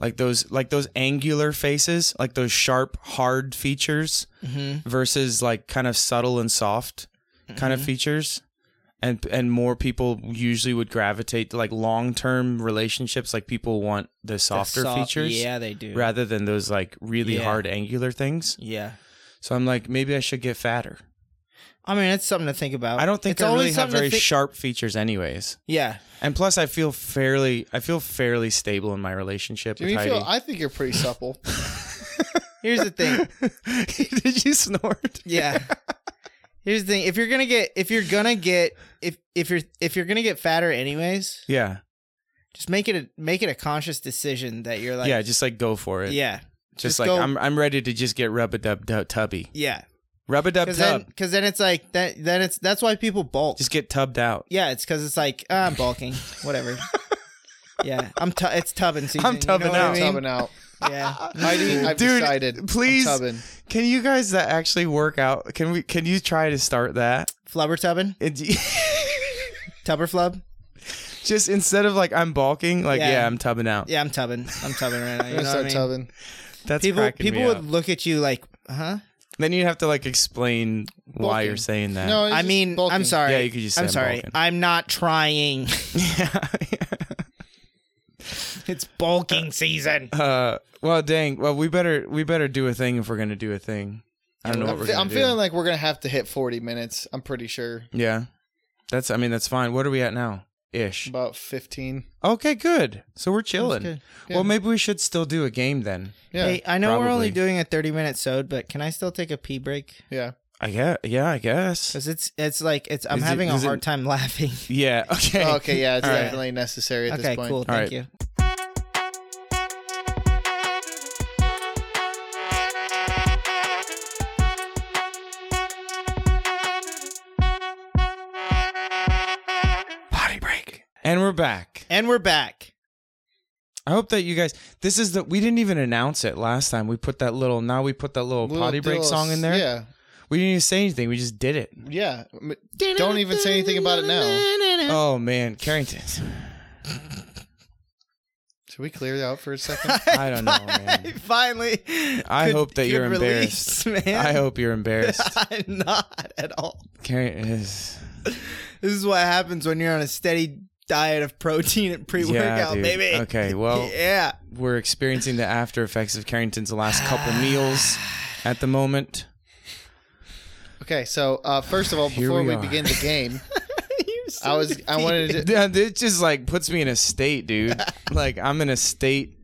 Speaker 1: like those like those angular faces, like those sharp, hard features,
Speaker 3: Mhm.
Speaker 1: versus like kind of subtle and soft kind of features. And, and more people usually would gravitate to like long term relationships. Like people want the
Speaker 3: The
Speaker 1: softer
Speaker 3: soft-
Speaker 1: features
Speaker 3: Yeah, they do.
Speaker 1: rather than those like really
Speaker 3: Yeah.
Speaker 1: hard angular things.
Speaker 3: Yeah.
Speaker 1: So I'm like, maybe I should get fatter.
Speaker 3: I mean, it's something to think about.
Speaker 1: I don't think
Speaker 3: it's
Speaker 1: I
Speaker 3: always
Speaker 1: really have
Speaker 3: something to
Speaker 1: very
Speaker 3: thi-
Speaker 1: sharp features, anyways.
Speaker 3: Yeah.
Speaker 1: And plus, I feel fairly, I feel fairly stable in my relationship
Speaker 2: Do
Speaker 1: with
Speaker 2: you
Speaker 1: Heidi. [LAUGHS]
Speaker 2: feel? I think you're pretty supple.
Speaker 3: Here's the thing.
Speaker 1: Did you snort? [LAUGHS]
Speaker 3: Yeah. Here's the thing. If you're gonna get, if you're gonna get, if if you're if you're gonna get fatter anyways,
Speaker 1: Yeah,
Speaker 3: just make it a make it a conscious decision that you're like,
Speaker 1: yeah. Just like go for it. Yeah,
Speaker 3: yeah,
Speaker 1: just,
Speaker 3: just
Speaker 1: like
Speaker 3: go-
Speaker 1: I'm, I'm ready to just get rub a dub dub tubby,
Speaker 3: yeah.
Speaker 1: rub a dub
Speaker 3: Because
Speaker 1: tub.
Speaker 3: then, because then it's like that. Then it's that's why people bulk.
Speaker 1: Just get tubbed out.
Speaker 3: yeah, it's because it's like ah, I'm bulking,
Speaker 1: [LAUGHS]
Speaker 3: whatever. yeah, I'm. Tu- it's tubbing season. you know
Speaker 1: tubbing
Speaker 3: what I
Speaker 1: out.
Speaker 3: mean?
Speaker 2: Tubbing out.
Speaker 3: Yeah,
Speaker 1: [LAUGHS]
Speaker 2: Heidi, I've
Speaker 1: Dude,
Speaker 2: decided. I'm
Speaker 1: please.
Speaker 2: tubbing.
Speaker 1: Can you guys that actually work out? Can we? Can you try to start that?
Speaker 3: flubber tubbing,
Speaker 1: It- [LAUGHS]
Speaker 3: tubber flub.
Speaker 1: just instead of like I'm balking, like yeah,
Speaker 3: Yeah.
Speaker 1: I'm tubbing out.
Speaker 3: Yeah, I'm tubbing. I'm tubbing right now.
Speaker 2: I'm
Speaker 3: You know
Speaker 2: gonna
Speaker 3: what I
Speaker 2: start
Speaker 3: mean?
Speaker 2: tubbing.
Speaker 1: That's
Speaker 3: People,
Speaker 1: cracking
Speaker 3: people
Speaker 1: me
Speaker 3: would
Speaker 1: up.
Speaker 3: look at you like, huh?
Speaker 1: Then you have to like explain why
Speaker 2: Bulking.
Speaker 1: you're saying that.
Speaker 2: No, it's
Speaker 3: I
Speaker 2: just
Speaker 3: mean, I'm
Speaker 2: bulking.
Speaker 3: sorry.
Speaker 1: Yeah, you could just say
Speaker 3: I'm
Speaker 1: I'm
Speaker 3: sorry.
Speaker 1: bulking.
Speaker 3: I'm not trying.
Speaker 1: [LAUGHS]
Speaker 3: [LAUGHS]
Speaker 1: yeah.
Speaker 3: it's bulking season.
Speaker 1: Uh, well, dang. Well, we better we better do a thing if we're gonna do a thing. I don't know
Speaker 2: I'm,
Speaker 1: what we're
Speaker 2: fe-
Speaker 1: gonna
Speaker 2: I'm
Speaker 1: do.
Speaker 2: feeling like we're gonna have to hit 40 minutes. I'm pretty sure.
Speaker 1: yeah, that's. I mean, that's fine. What are we at now? Ish.
Speaker 2: About 15.
Speaker 1: Okay, good. So we're chilling.
Speaker 3: good.
Speaker 2: Yeah.
Speaker 1: Well, maybe we should still do a game then.
Speaker 2: Yeah.
Speaker 3: Hey, I know we're
Speaker 1: probably.
Speaker 3: only doing a 30 minute sode, but can I still take a pee break?
Speaker 2: Yeah.
Speaker 1: I guess. Yeah, I guess.
Speaker 3: Because it's it's like it's I'm
Speaker 1: Is it-
Speaker 3: having a
Speaker 1: is it-
Speaker 3: hard time laughing.
Speaker 1: Yeah. [LAUGHS] Okay.
Speaker 2: Oh, okay. Yeah. It's
Speaker 1: All right.
Speaker 2: definitely necessary [LAUGHS] at
Speaker 3: okay,
Speaker 2: this point.
Speaker 3: cool.
Speaker 1: All right.
Speaker 3: Thank you.
Speaker 1: Body break. And we're back.
Speaker 3: And we're back.
Speaker 1: I hope that you guys. This is the. We didn't even announce it last time. We put that little. Now we put that little,
Speaker 2: We'll
Speaker 1: potty
Speaker 2: do
Speaker 1: break
Speaker 2: a-
Speaker 1: song in there.
Speaker 2: Yeah.
Speaker 1: We didn't even say anything. We just did it.
Speaker 2: Yeah. M- Don't even say anything about it now.
Speaker 3: [LAUGHS]
Speaker 1: Oh man, Carrington.
Speaker 2: Should we clear that out for
Speaker 1: [LAUGHS]
Speaker 2: a second?
Speaker 1: I don't
Speaker 3: [LAUGHS]
Speaker 1: know, man.
Speaker 3: Finally.
Speaker 1: I
Speaker 3: could-
Speaker 1: hope that
Speaker 3: could
Speaker 1: you're
Speaker 3: release, Man. [LAUGHS]
Speaker 1: I hope [LAUGHS] you're embarrassed.
Speaker 3: I'm not at all.
Speaker 1: Carrington is.
Speaker 3: This is what happens when you're on a steady diet of protein and pre
Speaker 1: Yeah,
Speaker 3: workout,
Speaker 1: dude.
Speaker 3: baby.
Speaker 1: Okay, well,
Speaker 3: yeah. [LAUGHS]
Speaker 1: we're experiencing the after effects of Carrington's last
Speaker 3: [SIGHS]
Speaker 1: couple meals at the moment.
Speaker 2: okay. So uh, first of all,
Speaker 1: Here
Speaker 2: before
Speaker 1: we
Speaker 2: we,
Speaker 1: are.
Speaker 2: begin the
Speaker 1: [LAUGHS]
Speaker 2: game,
Speaker 3: You're so
Speaker 2: I was I wanted to.
Speaker 1: Yeah, [LAUGHS] It just like puts me in a state,
Speaker 3: [LAUGHS]
Speaker 1: dude. Like I'm in a state.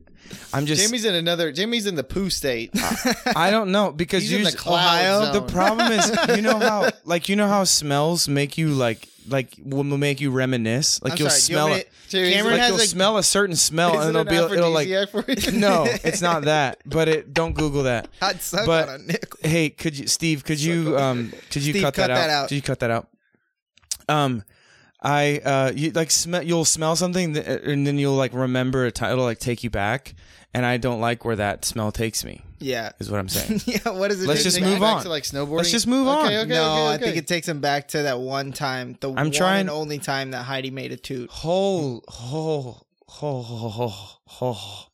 Speaker 1: I'm just.
Speaker 2: Jamie's in another. Jamie's in the poo state.
Speaker 1: [LAUGHS] I don't know because
Speaker 2: He's in
Speaker 1: usually,
Speaker 2: the cloud
Speaker 1: the
Speaker 2: zone.
Speaker 1: problem
Speaker 3: [LAUGHS]
Speaker 1: is you know how like you know how smells make you like like will make you reminisce like
Speaker 3: I'm
Speaker 1: you'll
Speaker 3: sorry, do you
Speaker 1: smell
Speaker 3: want me
Speaker 1: it.
Speaker 3: to-
Speaker 2: Jamie's
Speaker 3: Cameron
Speaker 1: Like
Speaker 3: has
Speaker 1: you'll
Speaker 3: a-
Speaker 1: smell a certain smell
Speaker 2: Is
Speaker 1: and
Speaker 2: it
Speaker 1: Oh, it'll
Speaker 2: an
Speaker 1: be it'll like
Speaker 2: aphrodisiac for you? [LAUGHS]
Speaker 3: [LAUGHS]
Speaker 1: no, it's not that. But it don't Google that.
Speaker 3: I'd suck
Speaker 1: But-
Speaker 3: on a nickel.
Speaker 1: Hey, could you, Steve? Could you, um, could you
Speaker 3: Steve,
Speaker 1: cut, that,
Speaker 3: cut
Speaker 1: out?
Speaker 3: that out.
Speaker 1: Could you cut that out? Um, I, uh, you like smell. You'll smell something, th- uh, and then you'll like remember a time. It'll like take you back, and I don't like where that smell takes me.
Speaker 3: Yeah.
Speaker 1: Is what I'm
Speaker 3: [LAUGHS]
Speaker 1: saying.
Speaker 3: yeah, what is it?
Speaker 1: Let's
Speaker 3: do?
Speaker 1: just
Speaker 2: Back
Speaker 1: move
Speaker 2: to,
Speaker 1: on.
Speaker 2: like snowboarding.
Speaker 1: Let's just move on.
Speaker 2: Okay, okay,
Speaker 3: no,
Speaker 2: okay,
Speaker 3: I think
Speaker 2: okay.
Speaker 3: it takes him back to that one time, the one
Speaker 1: trying-
Speaker 3: and only time that Heidi made a toot.
Speaker 1: Whole, whole, whole, whole, whole.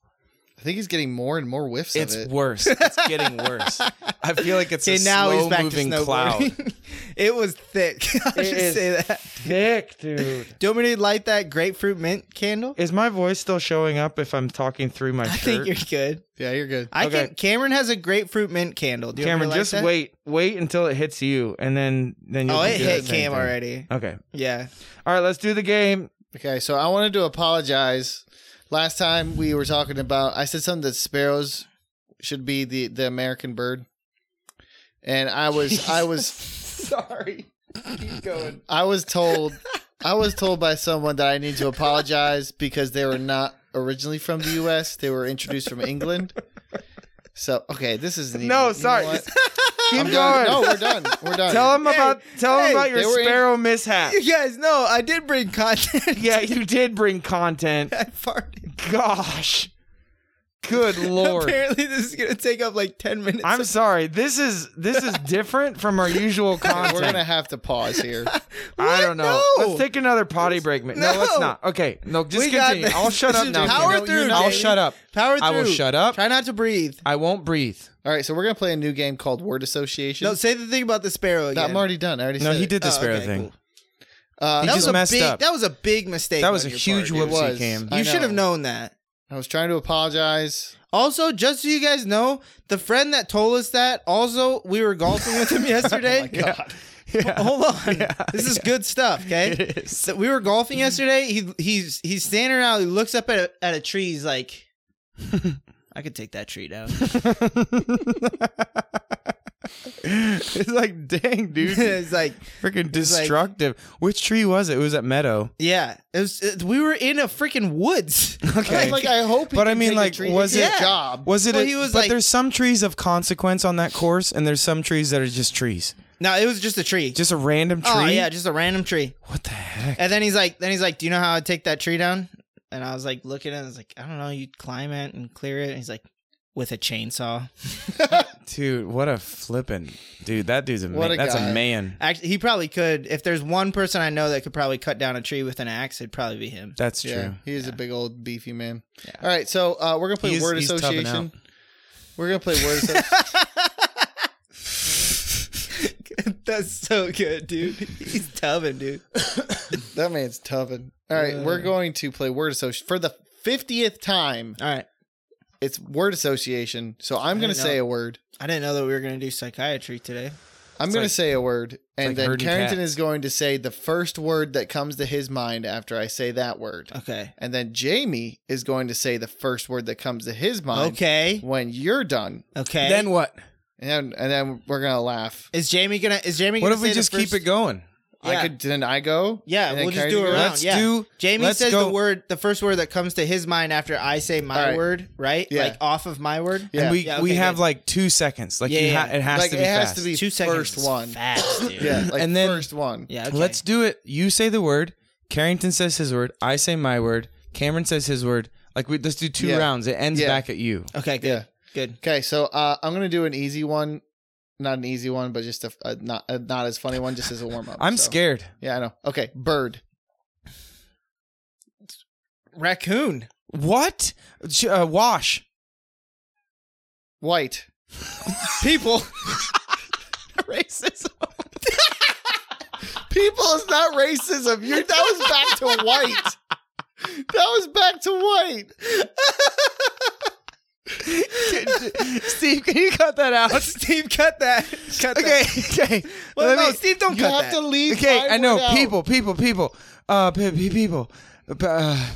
Speaker 2: I think he's getting more and more whiffs
Speaker 1: It's
Speaker 2: of it.
Speaker 1: worse. It's getting worse. I feel like it's a
Speaker 3: [LAUGHS] Okay, now he's
Speaker 1: slow
Speaker 3: back
Speaker 1: moving
Speaker 3: to
Speaker 1: cloud.
Speaker 3: snowboarding. [LAUGHS] it was thick. [LAUGHS] I should
Speaker 1: is.
Speaker 3: say that.
Speaker 1: [LAUGHS] Dick, dude.
Speaker 3: Do you want me to light that grapefruit mint candle?
Speaker 1: Is my voice still showing up if I'm talking through my
Speaker 3: I
Speaker 1: shirt?
Speaker 3: think you're good.
Speaker 2: Yeah, you're good.
Speaker 3: I
Speaker 1: Okay.
Speaker 3: can. Cameron has a grapefruit mint candle. Do you want me
Speaker 1: Cameron,
Speaker 3: to light
Speaker 1: just
Speaker 3: that?
Speaker 1: wait. Wait until it hits you, and then then you'll
Speaker 3: Oh,
Speaker 1: be
Speaker 3: it
Speaker 1: doing
Speaker 3: hit
Speaker 1: the same
Speaker 3: Cam
Speaker 1: thing.
Speaker 3: already.
Speaker 1: Okay.
Speaker 3: Yeah.
Speaker 1: All right, let's do the game.
Speaker 2: Okay, so I wanted to apologize Last time we were talking about, I said something that sparrows should be the the American bird, and I was
Speaker 1: [LAUGHS]
Speaker 2: I was
Speaker 3: [LAUGHS] Sorry. Keep going.
Speaker 2: I was told I was told by someone that I need to apologize because they were not originally from the US. They were introduced from England. So okay, this isn't even,
Speaker 4: No,
Speaker 2: you know
Speaker 4: sorry.
Speaker 2: what?
Speaker 4: Keep
Speaker 2: I'm
Speaker 4: going.
Speaker 2: done. No, we're done. We're done.
Speaker 4: [LAUGHS] Tell him
Speaker 3: Hey,
Speaker 4: about tell him
Speaker 3: hey,
Speaker 4: about your
Speaker 2: they were in-
Speaker 4: sparrow
Speaker 3: [LAUGHS]
Speaker 4: mishap.
Speaker 3: You guys know I did bring content. [LAUGHS]
Speaker 4: yeah, you did bring content.
Speaker 3: I farted.
Speaker 4: Gosh.
Speaker 3: [LAUGHS]
Speaker 4: Good lord.
Speaker 3: Apparently, this is gonna take up like ten minutes.
Speaker 4: I'm sorry. This is this
Speaker 3: [LAUGHS]
Speaker 4: is different from our usual content.
Speaker 2: We're gonna have to pause here.
Speaker 4: I don't
Speaker 3: What?
Speaker 4: know.
Speaker 3: No.
Speaker 4: Let's take another potty break. ma- No, no let's
Speaker 3: No.
Speaker 4: not. Okay. No, just
Speaker 3: We got
Speaker 4: continue.
Speaker 3: this.
Speaker 4: I'll shut up
Speaker 3: Just
Speaker 4: now.
Speaker 3: power
Speaker 4: Cameron.
Speaker 3: through, You know,
Speaker 4: I'll
Speaker 3: Jamie.
Speaker 4: shut up.
Speaker 3: power through.
Speaker 4: I will shut up.
Speaker 3: Try not to breathe.
Speaker 4: I won't breathe.
Speaker 2: All right, so we're gonna play a new game called Word Association.
Speaker 3: No, say the thing about the sparrow
Speaker 2: That
Speaker 3: again.
Speaker 2: I'm already done. I already
Speaker 1: No,
Speaker 2: said
Speaker 1: he
Speaker 2: it.
Speaker 1: did the
Speaker 3: Oh,
Speaker 1: sparrow
Speaker 3: okay,
Speaker 1: thing.
Speaker 3: cool.
Speaker 2: Uh,
Speaker 1: He
Speaker 3: That was
Speaker 1: just
Speaker 3: a
Speaker 1: messed
Speaker 3: big.
Speaker 1: up.
Speaker 3: That was a big mistake.
Speaker 1: That was
Speaker 3: on
Speaker 1: a
Speaker 3: your
Speaker 1: huge
Speaker 3: part, dude.
Speaker 2: It
Speaker 1: whoopsie
Speaker 2: was.
Speaker 1: came.
Speaker 2: I
Speaker 3: [LAUGHS] You should have
Speaker 2: know.
Speaker 3: known that.
Speaker 2: I was trying to apologize.
Speaker 3: Also, just so you guys know, the friend that told us that. Also, we were golfing with
Speaker 4: [LAUGHS]
Speaker 3: him
Speaker 2: Oh
Speaker 3: yesterday.
Speaker 4: Oh
Speaker 3: Hold [LAUGHS] on. [LAUGHS] this is good stuff, okay?
Speaker 4: [LAUGHS]
Speaker 1: It is.
Speaker 3: So we were golfing yesterday. He he's he's standing around. He looks up at a, at a tree. He's like, [LAUGHS] I could take that tree
Speaker 4: [LAUGHS]
Speaker 3: down.
Speaker 1: [LAUGHS]
Speaker 3: [LAUGHS]
Speaker 1: it's like, dang,
Speaker 3: [LAUGHS]
Speaker 1: dude.
Speaker 3: it's like,
Speaker 1: Freaking
Speaker 3: like-
Speaker 1: destructive. Which tree was it? It was at Meadow.
Speaker 3: yeah, it was. It, we were in a freaking
Speaker 1: [LAUGHS]
Speaker 3: woods. [LAUGHS]
Speaker 1: Okay.
Speaker 2: I was like, I hope. he
Speaker 1: But I
Speaker 2: can
Speaker 1: mean,
Speaker 2: take a
Speaker 1: like,
Speaker 2: tree-
Speaker 1: was
Speaker 2: it's his
Speaker 3: it-
Speaker 2: job?
Speaker 1: Was it?
Speaker 3: Well,
Speaker 1: a-
Speaker 3: he was
Speaker 1: but
Speaker 3: like-
Speaker 1: there's some trees of consequence on that course, and there's some trees that are just trees.
Speaker 3: no, it was just a tree.
Speaker 1: Just a random tree.
Speaker 3: Oh yeah, just a random tree.
Speaker 1: what the heck?
Speaker 3: And then he's like, then he's like, do you know how I take that tree down? And I was like looking at, it, I was like, I don't know. You climb it and clear it. And he's like, with a chainsaw.
Speaker 1: Dude, what a flippin' dude. That dude's a man.
Speaker 2: What a
Speaker 1: That's
Speaker 2: guy.
Speaker 1: a man.
Speaker 3: Actually, he probably could. If there's one person I know that could probably cut down a tree with an axe, it'd probably be him.
Speaker 1: That's true.
Speaker 2: Yeah, he is a big old beefy man.
Speaker 3: Yeah.
Speaker 2: All right, so uh, we're gonna play
Speaker 1: He's-
Speaker 2: word
Speaker 1: he's tubbing
Speaker 2: association.
Speaker 1: out.
Speaker 2: We're gonna play word association.
Speaker 3: [LAUGHS] That's so good, dude. He's tubbing, dude.
Speaker 2: that man's toughing. All right, we're going to play word association for the fiftieth time.
Speaker 3: All right.
Speaker 2: It's word association. So I'm gonna
Speaker 3: know.
Speaker 2: say a word.
Speaker 3: I didn't know that we were going to do psychiatry today.
Speaker 2: I'm
Speaker 1: It's
Speaker 2: gonna
Speaker 1: like-
Speaker 2: say a word, and
Speaker 1: like
Speaker 2: then
Speaker 1: herding
Speaker 2: Carrington
Speaker 1: cats.
Speaker 2: is going to say the first word that comes to his mind after I say that word,
Speaker 3: Okay.
Speaker 2: and then Jamie is going to say the first word that comes to his mind.
Speaker 3: Okay.
Speaker 2: When you're done,
Speaker 3: Okay.
Speaker 1: Then what?
Speaker 2: and and then we're gonna laugh.
Speaker 3: is Jamie going to is Jamie
Speaker 1: What
Speaker 3: gonna
Speaker 1: if we
Speaker 3: say the
Speaker 1: just keep
Speaker 3: first-
Speaker 1: it going?
Speaker 2: I
Speaker 3: Yeah.
Speaker 2: could then I go.
Speaker 3: Yeah,
Speaker 2: and then
Speaker 3: we'll just
Speaker 2: Carrington
Speaker 3: do it
Speaker 2: goes.
Speaker 3: around.
Speaker 1: Let's
Speaker 3: yeah.
Speaker 1: do.
Speaker 3: Jamie
Speaker 1: let's
Speaker 3: says
Speaker 1: go.
Speaker 3: the word the first word that comes to his mind after I say my
Speaker 2: All right.
Speaker 3: word, right?
Speaker 2: Yeah.
Speaker 3: Like off of my word.
Speaker 2: Yeah.
Speaker 1: And we
Speaker 3: Yeah,
Speaker 1: we
Speaker 3: okay,
Speaker 1: have
Speaker 3: good.
Speaker 1: like two seconds. Like
Speaker 3: Yeah,
Speaker 1: you
Speaker 3: yeah.
Speaker 1: ha- it has
Speaker 2: like
Speaker 1: to
Speaker 2: it
Speaker 1: be
Speaker 2: has
Speaker 1: fast.
Speaker 2: to be
Speaker 3: Two seconds.
Speaker 2: first one.
Speaker 3: Fast,
Speaker 1: [CLEARS THROAT]
Speaker 3: dude.
Speaker 2: Yeah, like
Speaker 1: And then-
Speaker 2: first one.
Speaker 3: Yeah. Okay.
Speaker 1: Let's do it. You say the word. Carrington says his word. I say my word. Cameron says his word. Like we let's do two
Speaker 2: Yeah.
Speaker 1: rounds. It ends
Speaker 2: Yeah.
Speaker 1: back at you.
Speaker 3: Okay, good.
Speaker 2: Yeah.
Speaker 3: Good.
Speaker 2: Okay, so uh, I'm gonna do an easy one, not an easy one, but just a, a not a not as funny one, just as a warm up.
Speaker 1: [LAUGHS] I'm scared.
Speaker 2: Yeah, I know. Okay, bird.
Speaker 3: Raccoon.
Speaker 1: What? Ch- Uh, wash.
Speaker 2: White.
Speaker 3: People.
Speaker 1: [LAUGHS] Racism.
Speaker 2: People is not racism. You're, that was back to white. That was back to white.
Speaker 1: Steve, can you cut that out?
Speaker 3: Steve, cut that. Cut
Speaker 1: Okay, [LAUGHS]
Speaker 3: that.
Speaker 1: okay.
Speaker 3: Well,
Speaker 1: Let
Speaker 3: no,
Speaker 1: me-
Speaker 3: Steve, don't
Speaker 2: You
Speaker 3: cut
Speaker 2: have
Speaker 3: that.
Speaker 2: to leave.
Speaker 1: okay,
Speaker 2: my
Speaker 1: I know.
Speaker 2: word out.
Speaker 1: People, people, people. Uh, pe- pe- people. Uh,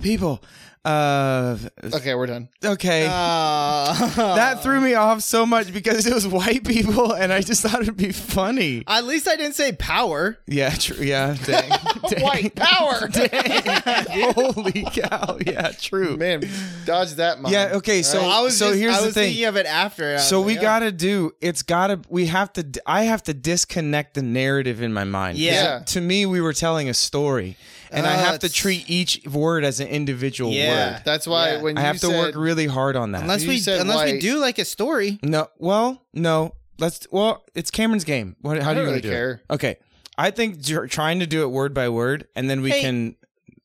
Speaker 1: people. Uh,
Speaker 2: Okay, we're done.
Speaker 1: okay.
Speaker 3: Uh,
Speaker 1: that threw me off so much because it was white people, and I just thought it'd be funny.
Speaker 3: [LAUGHS] At least I didn't say power.
Speaker 1: Yeah, true. Yeah, dang.
Speaker 3: [LAUGHS]
Speaker 1: [LAUGHS] dang.
Speaker 2: White power.
Speaker 1: Dang. Holy cow. Yeah, true.
Speaker 2: Man, dodge that. Mom.
Speaker 1: Yeah, okay. So,
Speaker 3: I was
Speaker 1: so
Speaker 3: just-
Speaker 1: here's
Speaker 3: I
Speaker 1: the
Speaker 3: was
Speaker 1: thing.
Speaker 3: thinking of it after. and I was
Speaker 1: so
Speaker 3: like,
Speaker 1: we
Speaker 3: oh.
Speaker 1: gotta do. It's gotta. We have to. d- I have to disconnect the narrative in my mind.
Speaker 3: Yeah.
Speaker 2: Yeah.
Speaker 1: To me, we were telling a story, and I
Speaker 3: Oh,
Speaker 1: have to
Speaker 3: it's-
Speaker 1: treat each word as an individual
Speaker 3: Yeah.
Speaker 1: word.
Speaker 2: That's why
Speaker 3: Yeah.
Speaker 2: when
Speaker 1: I
Speaker 2: you
Speaker 1: have to
Speaker 2: said-
Speaker 1: work really hard on that.
Speaker 3: unless
Speaker 2: You
Speaker 3: we
Speaker 2: said
Speaker 3: unless we
Speaker 2: white.
Speaker 3: do like a story.
Speaker 1: no. Well, no. Let's. Well, it's Cameron's game. What? How
Speaker 2: I
Speaker 1: do you
Speaker 2: don't
Speaker 1: wanna
Speaker 2: really
Speaker 1: do
Speaker 2: care.
Speaker 1: It? Okay. I think dr- trying to do it word by word, and then we
Speaker 3: Hey.
Speaker 1: can.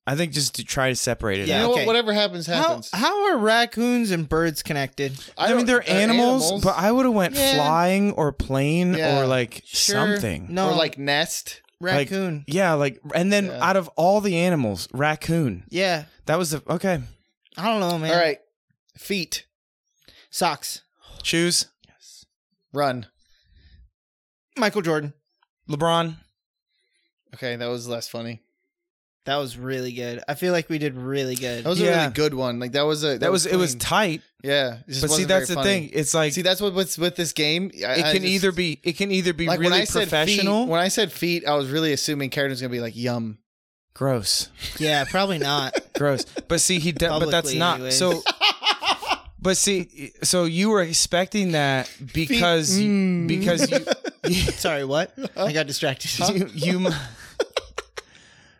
Speaker 1: I think just to try to separate it.
Speaker 3: Yeah.
Speaker 2: You
Speaker 1: out.
Speaker 2: know
Speaker 3: Okay.
Speaker 2: what? Whatever happens,
Speaker 3: How,
Speaker 2: happens.
Speaker 3: how are raccoons and birds connected?
Speaker 1: I, mean,
Speaker 2: don't- uh,
Speaker 1: they're animals, but I would have went
Speaker 3: Yeah.
Speaker 1: flying or plane
Speaker 2: Yeah.
Speaker 1: or like
Speaker 3: Sure.
Speaker 1: something.
Speaker 3: No,
Speaker 2: or like nest.
Speaker 1: Like-
Speaker 3: raccoon.
Speaker 1: Yeah, like and then
Speaker 2: Yeah.
Speaker 1: out of all the animals, raccoon.
Speaker 3: yeah,
Speaker 1: That was the okay.
Speaker 3: I don't know, man.
Speaker 2: All right, feet.
Speaker 3: socks.
Speaker 1: Shoes,
Speaker 2: Run.
Speaker 3: Michael Jordan.
Speaker 1: LeBron,
Speaker 2: Okay, that was less funny.
Speaker 3: That was really good. I feel like we did really good.
Speaker 2: That was a
Speaker 1: Yeah.
Speaker 2: really good one. Like that was a that,
Speaker 1: That was it was
Speaker 2: clean.
Speaker 1: tight,
Speaker 2: yeah. It just
Speaker 1: but see
Speaker 2: wasn't
Speaker 1: that's
Speaker 2: very
Speaker 1: the
Speaker 2: funny.
Speaker 1: thing. It's like
Speaker 2: See that's what with with this game. I,
Speaker 1: it
Speaker 2: I
Speaker 1: can
Speaker 2: just-
Speaker 1: either be it can either be
Speaker 2: like
Speaker 1: really
Speaker 2: when I said
Speaker 1: professional,
Speaker 2: Feet, when I said feet, I was really assuming Karen was gonna be like yum.
Speaker 1: gross,
Speaker 3: yeah, probably not.
Speaker 1: gross. But see he, de- but that's
Speaker 3: Publicly,
Speaker 1: not
Speaker 3: anyways. [LAUGHS]
Speaker 1: so. But see, so you were expecting that because you- because you
Speaker 3: [LAUGHS] Sorry, what? I got distracted. [LAUGHS]
Speaker 1: you, you m-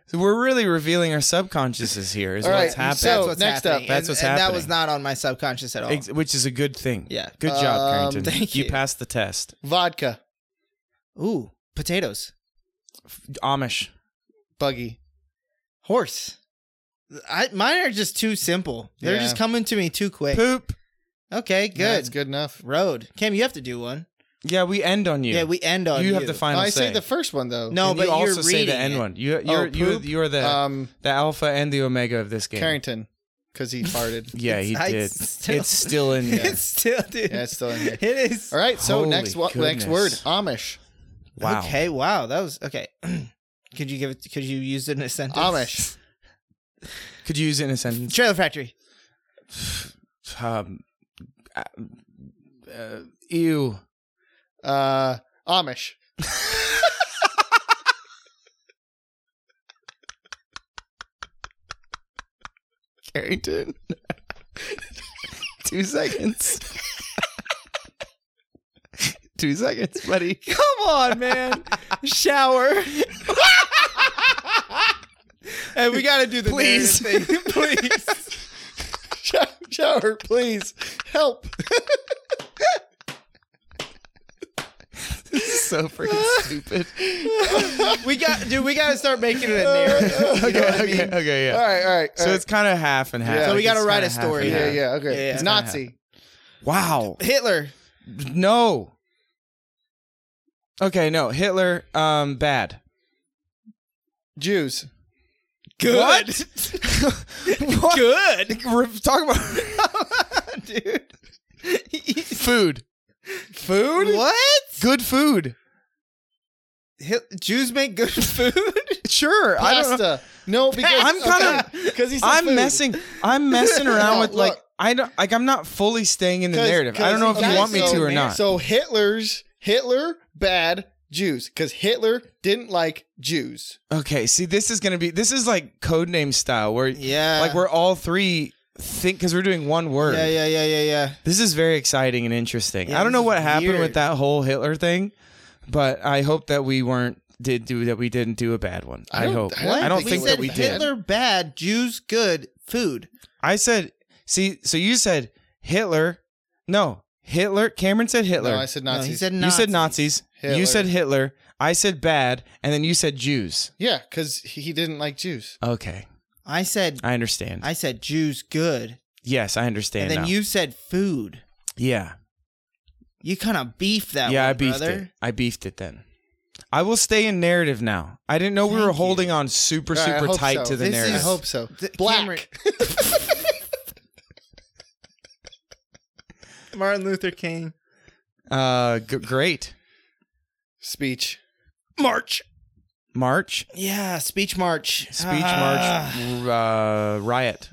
Speaker 1: So we're really revealing our subconsciouses here is
Speaker 2: All
Speaker 1: what's
Speaker 2: right,
Speaker 1: happening
Speaker 2: so next up.
Speaker 3: happening.
Speaker 1: That's what's
Speaker 3: and, and that
Speaker 1: happening.
Speaker 3: was not on my subconscious at all.
Speaker 1: Ex- which is a good thing
Speaker 3: Yeah.
Speaker 1: good job
Speaker 2: Um,
Speaker 1: Carrington
Speaker 3: thank
Speaker 1: you
Speaker 3: you.
Speaker 1: passed the test
Speaker 2: Vodka,
Speaker 3: Ooh, potatoes,
Speaker 1: Amish
Speaker 2: buggy.
Speaker 3: horse. I, mine are just too simple. They're
Speaker 2: Yeah.
Speaker 3: just coming to me too quick.
Speaker 1: poop
Speaker 3: Okay,
Speaker 2: Yeah, That's
Speaker 3: good.
Speaker 2: good enough.
Speaker 3: Road. Cam, you have to do one.
Speaker 1: yeah we end on you
Speaker 3: Yeah, we end on
Speaker 1: you,
Speaker 3: you.
Speaker 1: have the
Speaker 2: No,
Speaker 3: [LAUGHS]
Speaker 1: final
Speaker 2: I
Speaker 1: say
Speaker 2: say the first one though.
Speaker 3: No,
Speaker 1: And
Speaker 3: but
Speaker 1: you
Speaker 3: you're
Speaker 1: also say the
Speaker 3: reading
Speaker 1: end
Speaker 3: it. Oh,
Speaker 1: one you you're you
Speaker 3: poop? Uh,
Speaker 1: you're the
Speaker 2: Um
Speaker 1: the alpha and the omega of this uh, game
Speaker 2: Carrington. Because he farted.
Speaker 1: [LAUGHS] yeah he
Speaker 3: It's- I
Speaker 1: did
Speaker 3: still-
Speaker 1: it's still
Speaker 3: [LAUGHS]
Speaker 1: in there
Speaker 3: It's still, dude.
Speaker 2: Yeah, it's still in here.
Speaker 3: It is.
Speaker 2: All right, so
Speaker 1: Holy
Speaker 2: next wa- next
Speaker 1: goodness.
Speaker 2: word, Amish.
Speaker 1: wow
Speaker 3: Okay. Wow. That was okay. [CLEARS THROAT] could you give it? Could you use it in a sentence?
Speaker 2: Amish.
Speaker 1: could you use it in a sentence
Speaker 3: Trailer Factory.
Speaker 1: um uh, uh, ew
Speaker 2: Uh Amish. [LAUGHS]
Speaker 1: Carrington. [LAUGHS] Two seconds. [LAUGHS] Two seconds, buddy.
Speaker 3: Come on, man.
Speaker 1: [LAUGHS]
Speaker 3: Shower. hey, we gotta do the
Speaker 1: Please.
Speaker 3: narrative thing. [LAUGHS] please.
Speaker 2: Shower, shower, please.
Speaker 1: [LAUGHS]
Speaker 2: Help.
Speaker 1: [LAUGHS] So freaking [LAUGHS] stupid.
Speaker 3: We got, dude. We gotta start making it
Speaker 2: [LAUGHS]
Speaker 3: a narrative.
Speaker 1: [LAUGHS] okay, okay, okay, yeah.
Speaker 2: All right, all right. all
Speaker 1: So
Speaker 2: right.
Speaker 1: it's kind of half and half.
Speaker 2: Yeah. So we
Speaker 1: Like,
Speaker 3: gotta
Speaker 1: it's
Speaker 3: write
Speaker 1: kinda
Speaker 3: a
Speaker 1: half
Speaker 3: story
Speaker 1: and
Speaker 2: yeah,
Speaker 1: half.
Speaker 2: yeah, okay.
Speaker 3: Yeah, yeah.
Speaker 2: It's Nazi.
Speaker 1: Wow.
Speaker 3: Hitler.
Speaker 1: No. Okay, no. Hitler, um, bad.
Speaker 2: Jews.
Speaker 3: Good.
Speaker 1: [LAUGHS] What?
Speaker 3: Good.
Speaker 1: We're talking about [LAUGHS]
Speaker 3: dude.
Speaker 1: food. Food?
Speaker 3: What?
Speaker 1: Good food.
Speaker 3: Hit- Jews make good [LAUGHS] food.
Speaker 1: Sure. I don't know.
Speaker 2: Pasta. No, because
Speaker 1: [LAUGHS] I'm kinda-
Speaker 2: because he's
Speaker 1: I'm messing. I'm messing around
Speaker 2: No,
Speaker 1: with like
Speaker 2: look.
Speaker 1: I don't like. I'm not fully staying in the narrative. I don't know if you
Speaker 3: okay,
Speaker 1: want me
Speaker 3: so-
Speaker 1: to or not.
Speaker 2: So Hitler's Hitler bad Jews because Hitler didn't like Jews.
Speaker 1: okay. See, this is gonna be. This is like code name style where
Speaker 3: Yeah.
Speaker 1: like we're all three think because we're doing one word.
Speaker 3: Yeah, yeah, yeah, yeah, yeah.
Speaker 1: This is very exciting and interesting.
Speaker 3: Yeah,
Speaker 1: I don't
Speaker 3: this
Speaker 1: know
Speaker 3: is
Speaker 1: what happened
Speaker 3: weird.
Speaker 1: with that whole Hitler thing, but I hope that we weren't did do that. We didn't do a bad one.
Speaker 2: I
Speaker 1: I,
Speaker 2: don't-
Speaker 1: hope.
Speaker 2: I don't
Speaker 1: I don't think
Speaker 2: think we
Speaker 1: that
Speaker 2: said
Speaker 1: we did.
Speaker 3: Hitler bad, Jews good, food.
Speaker 1: I said. See. So you said Hitler. No, Hitler. Cameron said Hitler.
Speaker 2: No, I said
Speaker 3: No,
Speaker 2: Nazis.
Speaker 3: he said
Speaker 1: You said Nazis.
Speaker 2: Hitler.
Speaker 1: You said Hitler. I said bad, and then you said Jews.
Speaker 2: yeah, because he didn't like Jews.
Speaker 1: Okay,
Speaker 3: I said
Speaker 1: I understand.
Speaker 3: I said Jews good,
Speaker 1: yes, I
Speaker 3: and,
Speaker 1: understand.
Speaker 3: then
Speaker 1: now.
Speaker 3: you said food.
Speaker 1: yeah,
Speaker 3: You kind of beefed that.
Speaker 1: yeah,
Speaker 3: one,
Speaker 1: I beefed
Speaker 3: brother.
Speaker 1: it. I beefed it then. I will stay in narrative now. I didn't know we
Speaker 3: Thank
Speaker 1: were
Speaker 3: you.
Speaker 1: holding on super,
Speaker 2: All right, I
Speaker 1: super
Speaker 2: hope
Speaker 1: tight
Speaker 2: so.
Speaker 1: to the
Speaker 3: This
Speaker 1: narrative.
Speaker 2: I
Speaker 3: is-
Speaker 2: hope so.
Speaker 3: Th-
Speaker 2: Black.
Speaker 3: Cameron- Martin Luther King.
Speaker 1: uh, g- great
Speaker 2: Speech.
Speaker 3: March.
Speaker 1: March
Speaker 3: Yeah, speech march.
Speaker 1: speech
Speaker 3: Ah.
Speaker 1: march r- uh, riot.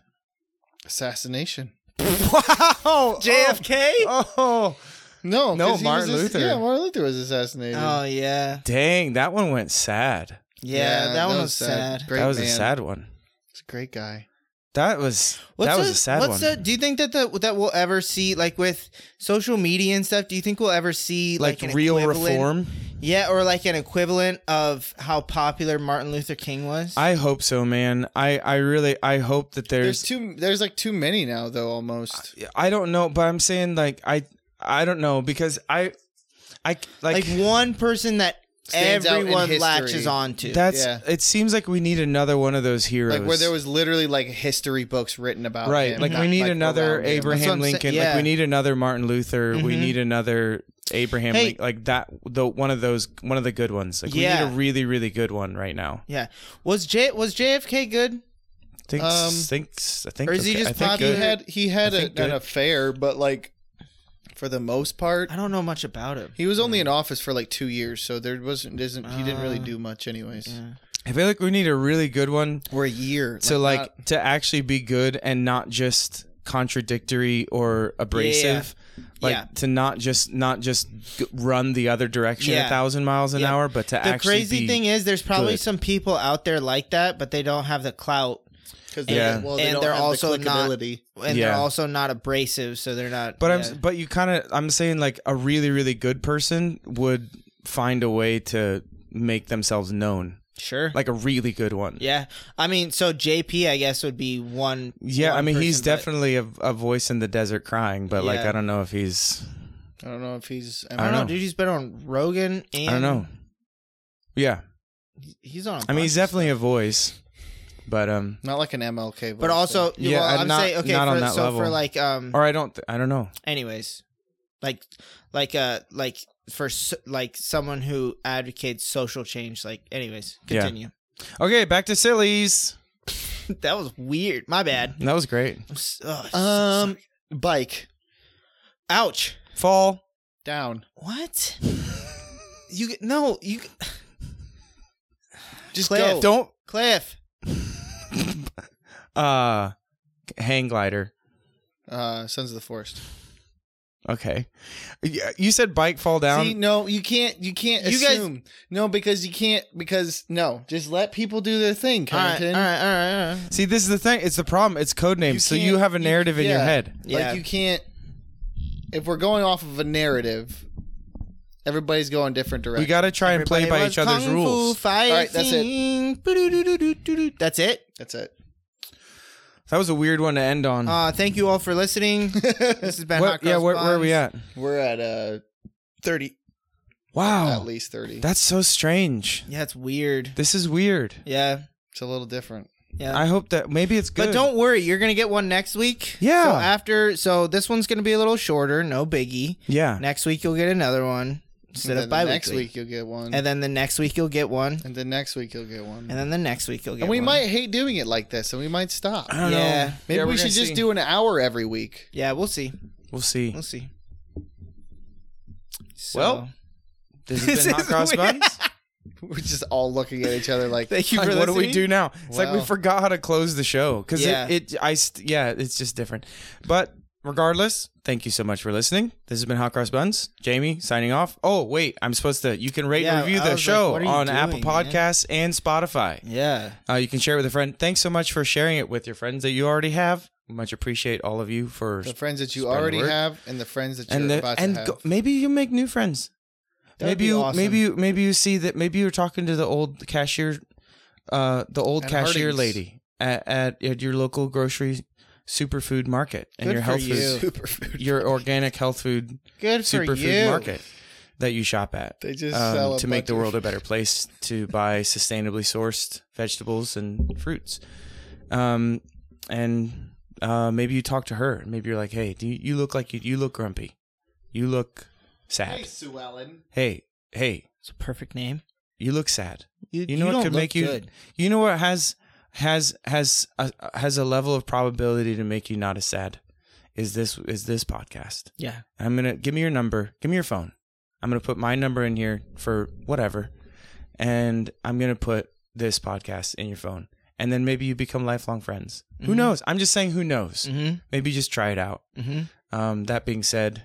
Speaker 2: Assassination.
Speaker 1: [LAUGHS] Wow,
Speaker 3: JFK.
Speaker 1: Oh, oh,
Speaker 2: No,
Speaker 1: No,
Speaker 2: 'cause he
Speaker 1: Martin
Speaker 2: was ass-
Speaker 1: Luther. Uh,
Speaker 2: Yeah, Martin Luther was assassinated.
Speaker 3: Oh yeah,
Speaker 1: dang, that one went sad.
Speaker 3: yeah. that, one was, sad.
Speaker 2: Great
Speaker 1: that was a
Speaker 2: man.
Speaker 1: sad one.
Speaker 2: He's a great guy.
Speaker 1: That was
Speaker 3: What's
Speaker 1: that was
Speaker 3: the-
Speaker 1: a sad
Speaker 3: what's
Speaker 1: one.
Speaker 3: the- do you think that the, that we'll ever see like with social media and stuff? Do you think we'll ever see like,
Speaker 1: like
Speaker 3: an
Speaker 1: real
Speaker 3: equivalent-
Speaker 1: reform.
Speaker 3: Yeah, or like an equivalent of how popular Martin Luther King was.
Speaker 1: I hope so, man. I I really I hope that
Speaker 2: There's
Speaker 1: there's. Uh,
Speaker 2: too. There's like too many now, though. Almost.
Speaker 1: I don't know, but I'm saying like I I don't know because I I
Speaker 3: like,
Speaker 1: like,
Speaker 3: one person that
Speaker 2: Stands out in
Speaker 3: everyone
Speaker 2: history.
Speaker 3: latches on to.
Speaker 1: that's
Speaker 2: yeah.
Speaker 1: it. Seems like we need another one of those heroes.
Speaker 2: Like where there was literally like history books written about
Speaker 1: right.
Speaker 2: him,
Speaker 1: like
Speaker 2: not,
Speaker 1: we need
Speaker 2: like,
Speaker 1: another
Speaker 2: around him.
Speaker 3: That's what
Speaker 1: Abraham
Speaker 3: I'm saying,
Speaker 1: Lincoln. Like
Speaker 3: yeah.
Speaker 1: we need another Martin Luther. We
Speaker 3: Mhm.
Speaker 1: need another Abraham.
Speaker 3: Hey.
Speaker 1: Lincoln. Like that. The one of those. One of the good ones. Like we
Speaker 3: Yeah.
Speaker 1: need a really really good one right now.
Speaker 3: yeah. Was J was JFK good?
Speaker 1: Think
Speaker 2: Um,
Speaker 1: thinks I think.
Speaker 3: or is he
Speaker 1: okay-
Speaker 3: just
Speaker 1: I think
Speaker 3: Bobby
Speaker 2: he
Speaker 1: good.
Speaker 2: had he had
Speaker 1: I
Speaker 2: a,
Speaker 1: think
Speaker 2: an
Speaker 1: good.
Speaker 2: affair, but like for the most part,
Speaker 3: I don't know much about him.
Speaker 2: he was only in office for like two years, so there wasn't isn't he didn't really
Speaker 3: Uh,
Speaker 2: do much anyways.
Speaker 3: yeah.
Speaker 1: I feel like we need a really good one
Speaker 2: We're a year.
Speaker 1: to
Speaker 2: like,
Speaker 1: like to actually be good and not just contradictory or abrasive. Like
Speaker 3: Yeah.
Speaker 1: to not just not just g- run the other direction
Speaker 3: Yeah.
Speaker 1: a thousand miles an
Speaker 3: Yeah.
Speaker 1: hour, but to
Speaker 3: The
Speaker 1: actually
Speaker 3: crazy
Speaker 1: be-
Speaker 3: thing is, there's probably
Speaker 1: good.
Speaker 3: some people out there like that, but they don't have the clout,
Speaker 2: because
Speaker 1: Yeah.
Speaker 3: and they're also not- and they're
Speaker 1: Yeah.
Speaker 3: also not abrasive, so they're not.
Speaker 1: But I'm
Speaker 3: yeah.
Speaker 1: but you kind of I'm saying like a really really good person would find a way to make themselves known,
Speaker 3: sure.
Speaker 1: like a really good one.
Speaker 3: Yeah, I mean, so JP, I guess, would be one.
Speaker 1: Yeah, I
Speaker 3: one
Speaker 1: mean he's
Speaker 3: person, but-
Speaker 1: definitely a, a voice in the desert crying, but like
Speaker 3: Yeah.
Speaker 1: I don't know if he's
Speaker 2: I don't know if he's.
Speaker 3: I
Speaker 1: I
Speaker 3: don't
Speaker 1: don't
Speaker 3: know,
Speaker 1: know.
Speaker 3: dude. He's been on Rogan. And
Speaker 1: I don't know. Yeah,
Speaker 3: He's on. a
Speaker 1: I mean
Speaker 3: bunch.
Speaker 1: he's definitely a voice, but um,
Speaker 2: not like an MLK,
Speaker 3: But also,
Speaker 1: Yeah,
Speaker 3: well,
Speaker 1: I'm
Speaker 3: I'm
Speaker 1: not-
Speaker 3: saying okay.
Speaker 1: not
Speaker 3: for,
Speaker 1: on that
Speaker 3: so for
Speaker 1: level.
Speaker 3: like, um,
Speaker 1: or I don't th- I don't know.
Speaker 3: anyways, like, like, uh, like for s like someone who advocates social change. Like, anyways,
Speaker 1: Yeah.
Speaker 3: continue. [LAUGHS]
Speaker 1: Okay, back to sillies.
Speaker 3: that was weird. My bad.
Speaker 1: That was great.
Speaker 3: I'm s- ugh,
Speaker 2: um,
Speaker 3: so-
Speaker 2: bike
Speaker 3: ouch.
Speaker 1: Fall.
Speaker 2: down.
Speaker 3: What? you g- no you g- [SIGHS]
Speaker 2: Just go.
Speaker 3: Cliff,
Speaker 1: Don't [LAUGHS]
Speaker 3: Cliff.
Speaker 1: uh hang glider.
Speaker 2: Uh, Sons of the Forest.
Speaker 1: Okay. Y- You said bike fall down.
Speaker 2: See, no, you can't. You can't
Speaker 3: You guys-
Speaker 2: assume. no, because you can't. Because no, just let people do their thing,
Speaker 3: All right, all
Speaker 2: Covington.
Speaker 3: right, all right, all right.
Speaker 1: See, this is the thing. It's the problem. It's code names. so you
Speaker 2: can't-
Speaker 1: have a
Speaker 2: you-
Speaker 1: narrative in your
Speaker 2: yeah.
Speaker 1: head.
Speaker 3: Yeah.
Speaker 2: Like you can't. If we're going off of a narrative, everybody's going different
Speaker 1: We
Speaker 2: directions.
Speaker 1: got to try and play by each other's rules.
Speaker 3: All
Speaker 2: right, that's it.
Speaker 3: it. That's it.
Speaker 2: That's it.
Speaker 1: That was a weird one to end on.
Speaker 3: Uh, thank you all for listening. [LAUGHS] this has been
Speaker 1: What-
Speaker 3: Hot
Speaker 1: yeah,
Speaker 3: Cross
Speaker 1: where, where are we at?
Speaker 3: Buns.
Speaker 2: [LAUGHS] We're at uh thirty,
Speaker 3: Oh,
Speaker 2: at
Speaker 1: Wow.
Speaker 2: least thirty.
Speaker 1: That's so strange.
Speaker 3: Yeah, it's weird.
Speaker 1: [LAUGHS] This is weird.
Speaker 3: Yeah,
Speaker 2: It's a little different.
Speaker 3: yeah.
Speaker 1: I hope that maybe it's good.
Speaker 3: but don't worry, you're gonna get one next week.
Speaker 1: Yeah.
Speaker 3: So after, so this one's gonna be a little shorter, no biggie.
Speaker 1: Yeah.
Speaker 3: Next week you'll get another one instead
Speaker 2: And then
Speaker 3: of bi
Speaker 2: the next
Speaker 3: weekly.
Speaker 2: week you'll get one, and,
Speaker 3: And then the next week you'll get one,
Speaker 2: then next week you'll get one,
Speaker 3: and then the next week you'll get.
Speaker 2: and we
Speaker 3: one.
Speaker 2: might hate doing it like this, and we might stop.
Speaker 1: I don't
Speaker 3: Yeah.
Speaker 1: know.
Speaker 2: Maybe
Speaker 1: Yeah,
Speaker 2: we
Speaker 1: we're
Speaker 2: should
Speaker 1: gonna
Speaker 2: just
Speaker 1: see.
Speaker 2: do an hour every week. [LAUGHS]
Speaker 3: Yeah, we'll see.
Speaker 1: We'll see.
Speaker 3: We'll see. So,
Speaker 1: Well, This has
Speaker 3: This
Speaker 1: been Hot
Speaker 3: [LAUGHS] is
Speaker 1: Cross
Speaker 3: weird.
Speaker 1: Buns.
Speaker 2: We're just all looking at each
Speaker 1: [LAUGHS]
Speaker 2: other like,
Speaker 3: [LAUGHS] thank you
Speaker 1: Like,
Speaker 3: for
Speaker 1: what do we
Speaker 3: listening.
Speaker 1: do now? It's like we
Speaker 2: Wow.
Speaker 1: forgot how to close the show because
Speaker 3: Yeah.
Speaker 1: it, it, I, st- yeah, it's just different. But regardless, thank you so much for listening. This has been Hot Cross Buns. Jamie signing off. Oh wait, I'm supposed to. You can rate
Speaker 3: Yeah,
Speaker 1: and review
Speaker 3: I
Speaker 1: the
Speaker 3: was like,
Speaker 1: show
Speaker 3: what are you
Speaker 1: on
Speaker 3: doing,
Speaker 1: Apple
Speaker 3: man?
Speaker 1: Podcasts and Spotify.
Speaker 3: Yeah.
Speaker 1: Uh, you can share it with a friend. Thanks so much for sharing it with your friends that you already have. We Much appreciate all of you for
Speaker 2: the friends that you
Speaker 1: Spread the
Speaker 2: already
Speaker 1: word.
Speaker 2: have and the friends that you're
Speaker 1: and the,
Speaker 2: about
Speaker 1: and
Speaker 2: to have.
Speaker 1: go, maybe you make new friends.
Speaker 3: That would
Speaker 1: maybe
Speaker 3: be
Speaker 1: you
Speaker 3: awesome.
Speaker 1: maybe you maybe you see that maybe you're talking to the old cashier, uh, the old
Speaker 2: At
Speaker 1: cashier
Speaker 2: Harding's.
Speaker 1: lady at, at at your local grocery superfood market and
Speaker 3: Good
Speaker 1: your
Speaker 3: for
Speaker 1: health [LAUGHS]
Speaker 3: you.
Speaker 1: food,
Speaker 2: Superfood.
Speaker 1: your organic health food
Speaker 3: Good for you.
Speaker 1: superfood market that you shop at
Speaker 2: They just
Speaker 1: um,
Speaker 2: sell a
Speaker 1: to make
Speaker 2: bunch
Speaker 1: the
Speaker 2: of-
Speaker 1: world a better place to buy sustainably sourced vegetables and fruits. Um, and uh, maybe you talk to her. Maybe you're like, hey, do you, you look like you, you look grumpy. You look sad.
Speaker 2: [LAUGHS] Hey, Sue Ellen.
Speaker 1: Hey, hey,
Speaker 3: It's a perfect name.
Speaker 1: you look sad.
Speaker 3: You,
Speaker 1: You know what
Speaker 3: don't
Speaker 1: could
Speaker 3: look
Speaker 1: make you
Speaker 3: good.
Speaker 1: You know what has has has a, has a level of probability to make you not as sad is this is this podcast.
Speaker 3: Yeah.
Speaker 1: I'm gonna give me your number. Give me your phone. I'm gonna put my number in here for whatever, and I'm gonna put this podcast in your phone, and then maybe you become lifelong friends. Who
Speaker 3: Mhm.
Speaker 1: knows? I'm just saying. Who knows?
Speaker 3: Mm-hmm.
Speaker 1: Maybe just try it out.
Speaker 3: Mm-hmm.
Speaker 1: Um, that being said,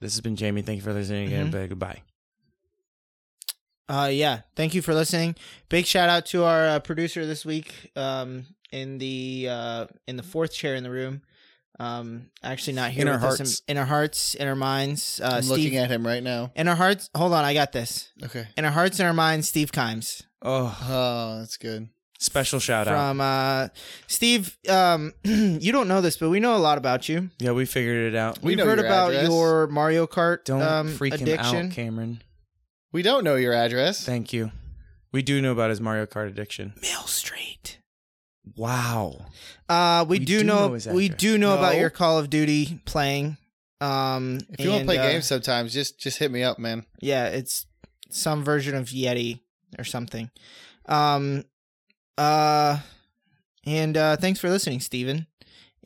Speaker 1: this has been Jamie. Thank you for listening again.
Speaker 3: Mhm.
Speaker 1: But goodbye.
Speaker 3: Uh, yeah. Thank you for listening. Big shout out to our uh, producer this week. Um, in the uh, in the fourth chair in the room. Um, actually not here
Speaker 1: In our
Speaker 3: with us
Speaker 1: hearts.
Speaker 3: in, in our hearts, in our minds. Uh,
Speaker 2: I'm
Speaker 3: Steve.
Speaker 2: looking at him right now.
Speaker 3: in our hearts. Hold on, I got this.
Speaker 2: Okay.
Speaker 3: In our hearts, in our minds, Steve Kimes.
Speaker 1: Oh,
Speaker 2: Oh, that's good.
Speaker 1: special shout out.
Speaker 3: from uh Steve um [CLEARS THROAT] you don't know this but we know a lot about you.
Speaker 1: Yeah, we figured it out.
Speaker 2: We
Speaker 3: We've
Speaker 2: know
Speaker 3: heard
Speaker 2: your
Speaker 3: about
Speaker 2: address.
Speaker 3: your Mario Kart
Speaker 1: Don't
Speaker 3: um,
Speaker 1: freak him
Speaker 3: addiction.
Speaker 1: out, Cameron.
Speaker 2: We don't know your address.
Speaker 1: Thank you. We do know about his Mario Kart addiction.
Speaker 3: Mill Street.
Speaker 1: Wow.
Speaker 3: Uh we,
Speaker 1: We
Speaker 3: do,
Speaker 1: do
Speaker 3: know,
Speaker 1: know his
Speaker 3: we
Speaker 1: address.
Speaker 3: do know about
Speaker 2: No.
Speaker 3: your Call of Duty playing. Um
Speaker 2: if you want to
Speaker 3: and,
Speaker 2: play
Speaker 3: uh,
Speaker 2: games sometimes, just just hit me up, man.
Speaker 3: Yeah, it's some version of Yeti or something. Um uh and uh thanks for listening, Steven.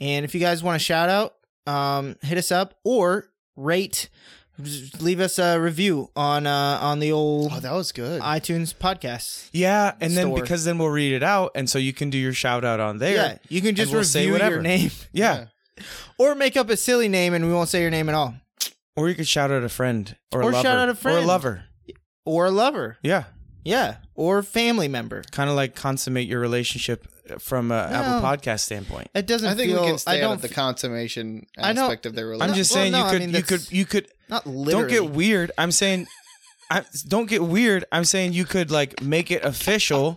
Speaker 3: And if you guys want a shout out, um hit us up or rate Just leave us a review on uh, on the old
Speaker 2: Oh, that was good.
Speaker 3: iTunes podcast.
Speaker 1: Yeah, and then
Speaker 3: Store.
Speaker 1: because then we'll read it out, and so you can do your shout out on there.
Speaker 3: Yeah,
Speaker 1: Yeah,
Speaker 3: you can just
Speaker 1: we'll say
Speaker 3: review
Speaker 1: whatever.
Speaker 3: your name [LAUGHS]
Speaker 2: Yeah.
Speaker 3: or make up a silly name and we won't say your name at all.
Speaker 1: or you could shout out a friend or, a
Speaker 3: Or
Speaker 1: lover.
Speaker 3: shout out a
Speaker 1: or
Speaker 3: friend.
Speaker 1: a lover.
Speaker 3: Or a lover.
Speaker 1: Yeah,
Speaker 3: Yeah, or family member.
Speaker 1: kind of like consummate your relationship from a Apple
Speaker 3: No.
Speaker 1: Podcast standpoint.
Speaker 3: It doesn't
Speaker 2: I think
Speaker 3: feel
Speaker 2: we can stay
Speaker 3: I
Speaker 2: out
Speaker 3: don't
Speaker 2: of the
Speaker 3: f-
Speaker 2: consummation
Speaker 3: I don't-
Speaker 2: aspect of their
Speaker 1: I'm
Speaker 2: relationship.
Speaker 1: just
Speaker 3: well,
Speaker 1: saying
Speaker 3: no, I
Speaker 1: you could
Speaker 3: mean,
Speaker 1: you
Speaker 3: that's-
Speaker 1: could you could
Speaker 3: not literally.
Speaker 1: don't get weird. I'm saying, I, don't get weird. I'm saying you could like make it official,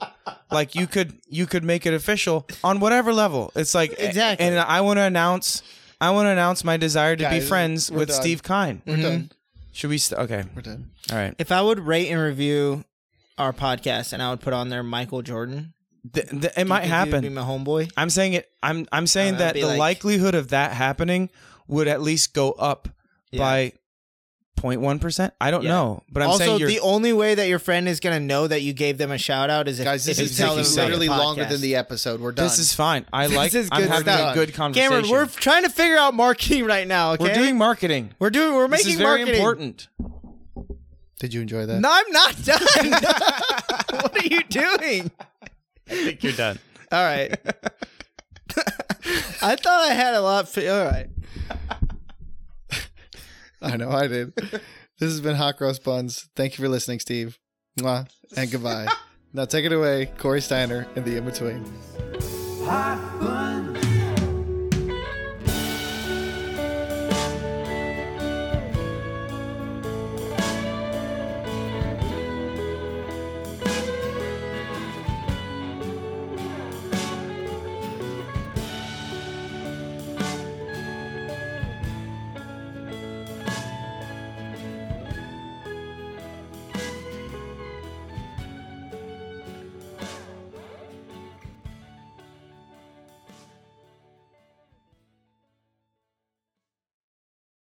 Speaker 1: like you could you could make it official on whatever level. It's like
Speaker 3: Exactly.
Speaker 1: And I want to announce, I want to announce my desire to be
Speaker 2: Guys,
Speaker 1: friends
Speaker 2: we're
Speaker 1: with
Speaker 2: done.
Speaker 1: Steve Kine.
Speaker 3: Mm-hmm.
Speaker 2: We're done.
Speaker 1: Should we? St- okay,
Speaker 2: We're done.
Speaker 1: all right.
Speaker 3: if I would rate and review our podcast and I would put on there Michael Jordan,
Speaker 1: Th- th- it
Speaker 3: do you
Speaker 1: might
Speaker 3: think he would Be
Speaker 1: happen.
Speaker 3: my homeboy.
Speaker 1: I'm saying it. I'm I'm saying
Speaker 3: Uh,
Speaker 1: that
Speaker 3: be
Speaker 1: the
Speaker 3: like-
Speaker 1: likelihood of that happening would at least go up
Speaker 3: Yeah.
Speaker 1: by 0.1 percent. I don't
Speaker 3: Yeah.
Speaker 1: know, but I'm
Speaker 3: also,
Speaker 1: saying you're
Speaker 3: the only way that your friend is gonna know that you gave them a shout out is if,
Speaker 2: Guys, this
Speaker 3: if
Speaker 2: is
Speaker 3: you tell
Speaker 1: Vicky
Speaker 3: them
Speaker 2: taking
Speaker 1: Sayer.
Speaker 3: about
Speaker 2: literally
Speaker 3: the
Speaker 2: longer
Speaker 3: podcast.
Speaker 2: than the episode. We're done.
Speaker 1: [LAUGHS] This is fine. I like.
Speaker 3: is
Speaker 1: I'm
Speaker 3: good
Speaker 1: having
Speaker 2: stuff.
Speaker 1: a good conversation.
Speaker 3: Cameron, we're trying to figure out marketing right now. Okay,
Speaker 1: We're doing marketing.
Speaker 3: we're doing, we're
Speaker 1: This
Speaker 3: making
Speaker 1: is very
Speaker 3: marketing.
Speaker 1: important.
Speaker 2: Did you enjoy that?
Speaker 3: No, I'm not done. [LAUGHS] what are you doing?
Speaker 1: I think you're done.
Speaker 3: All right. I thought I had a lot. For, all right.
Speaker 2: I know I did. This has been Hot Cross Buns. Thank you for listening, Steve. Mwah,
Speaker 3: [LAUGHS]
Speaker 2: and goodbye. now take it away, Corey Steiner and the in between.
Speaker 5: Hot bun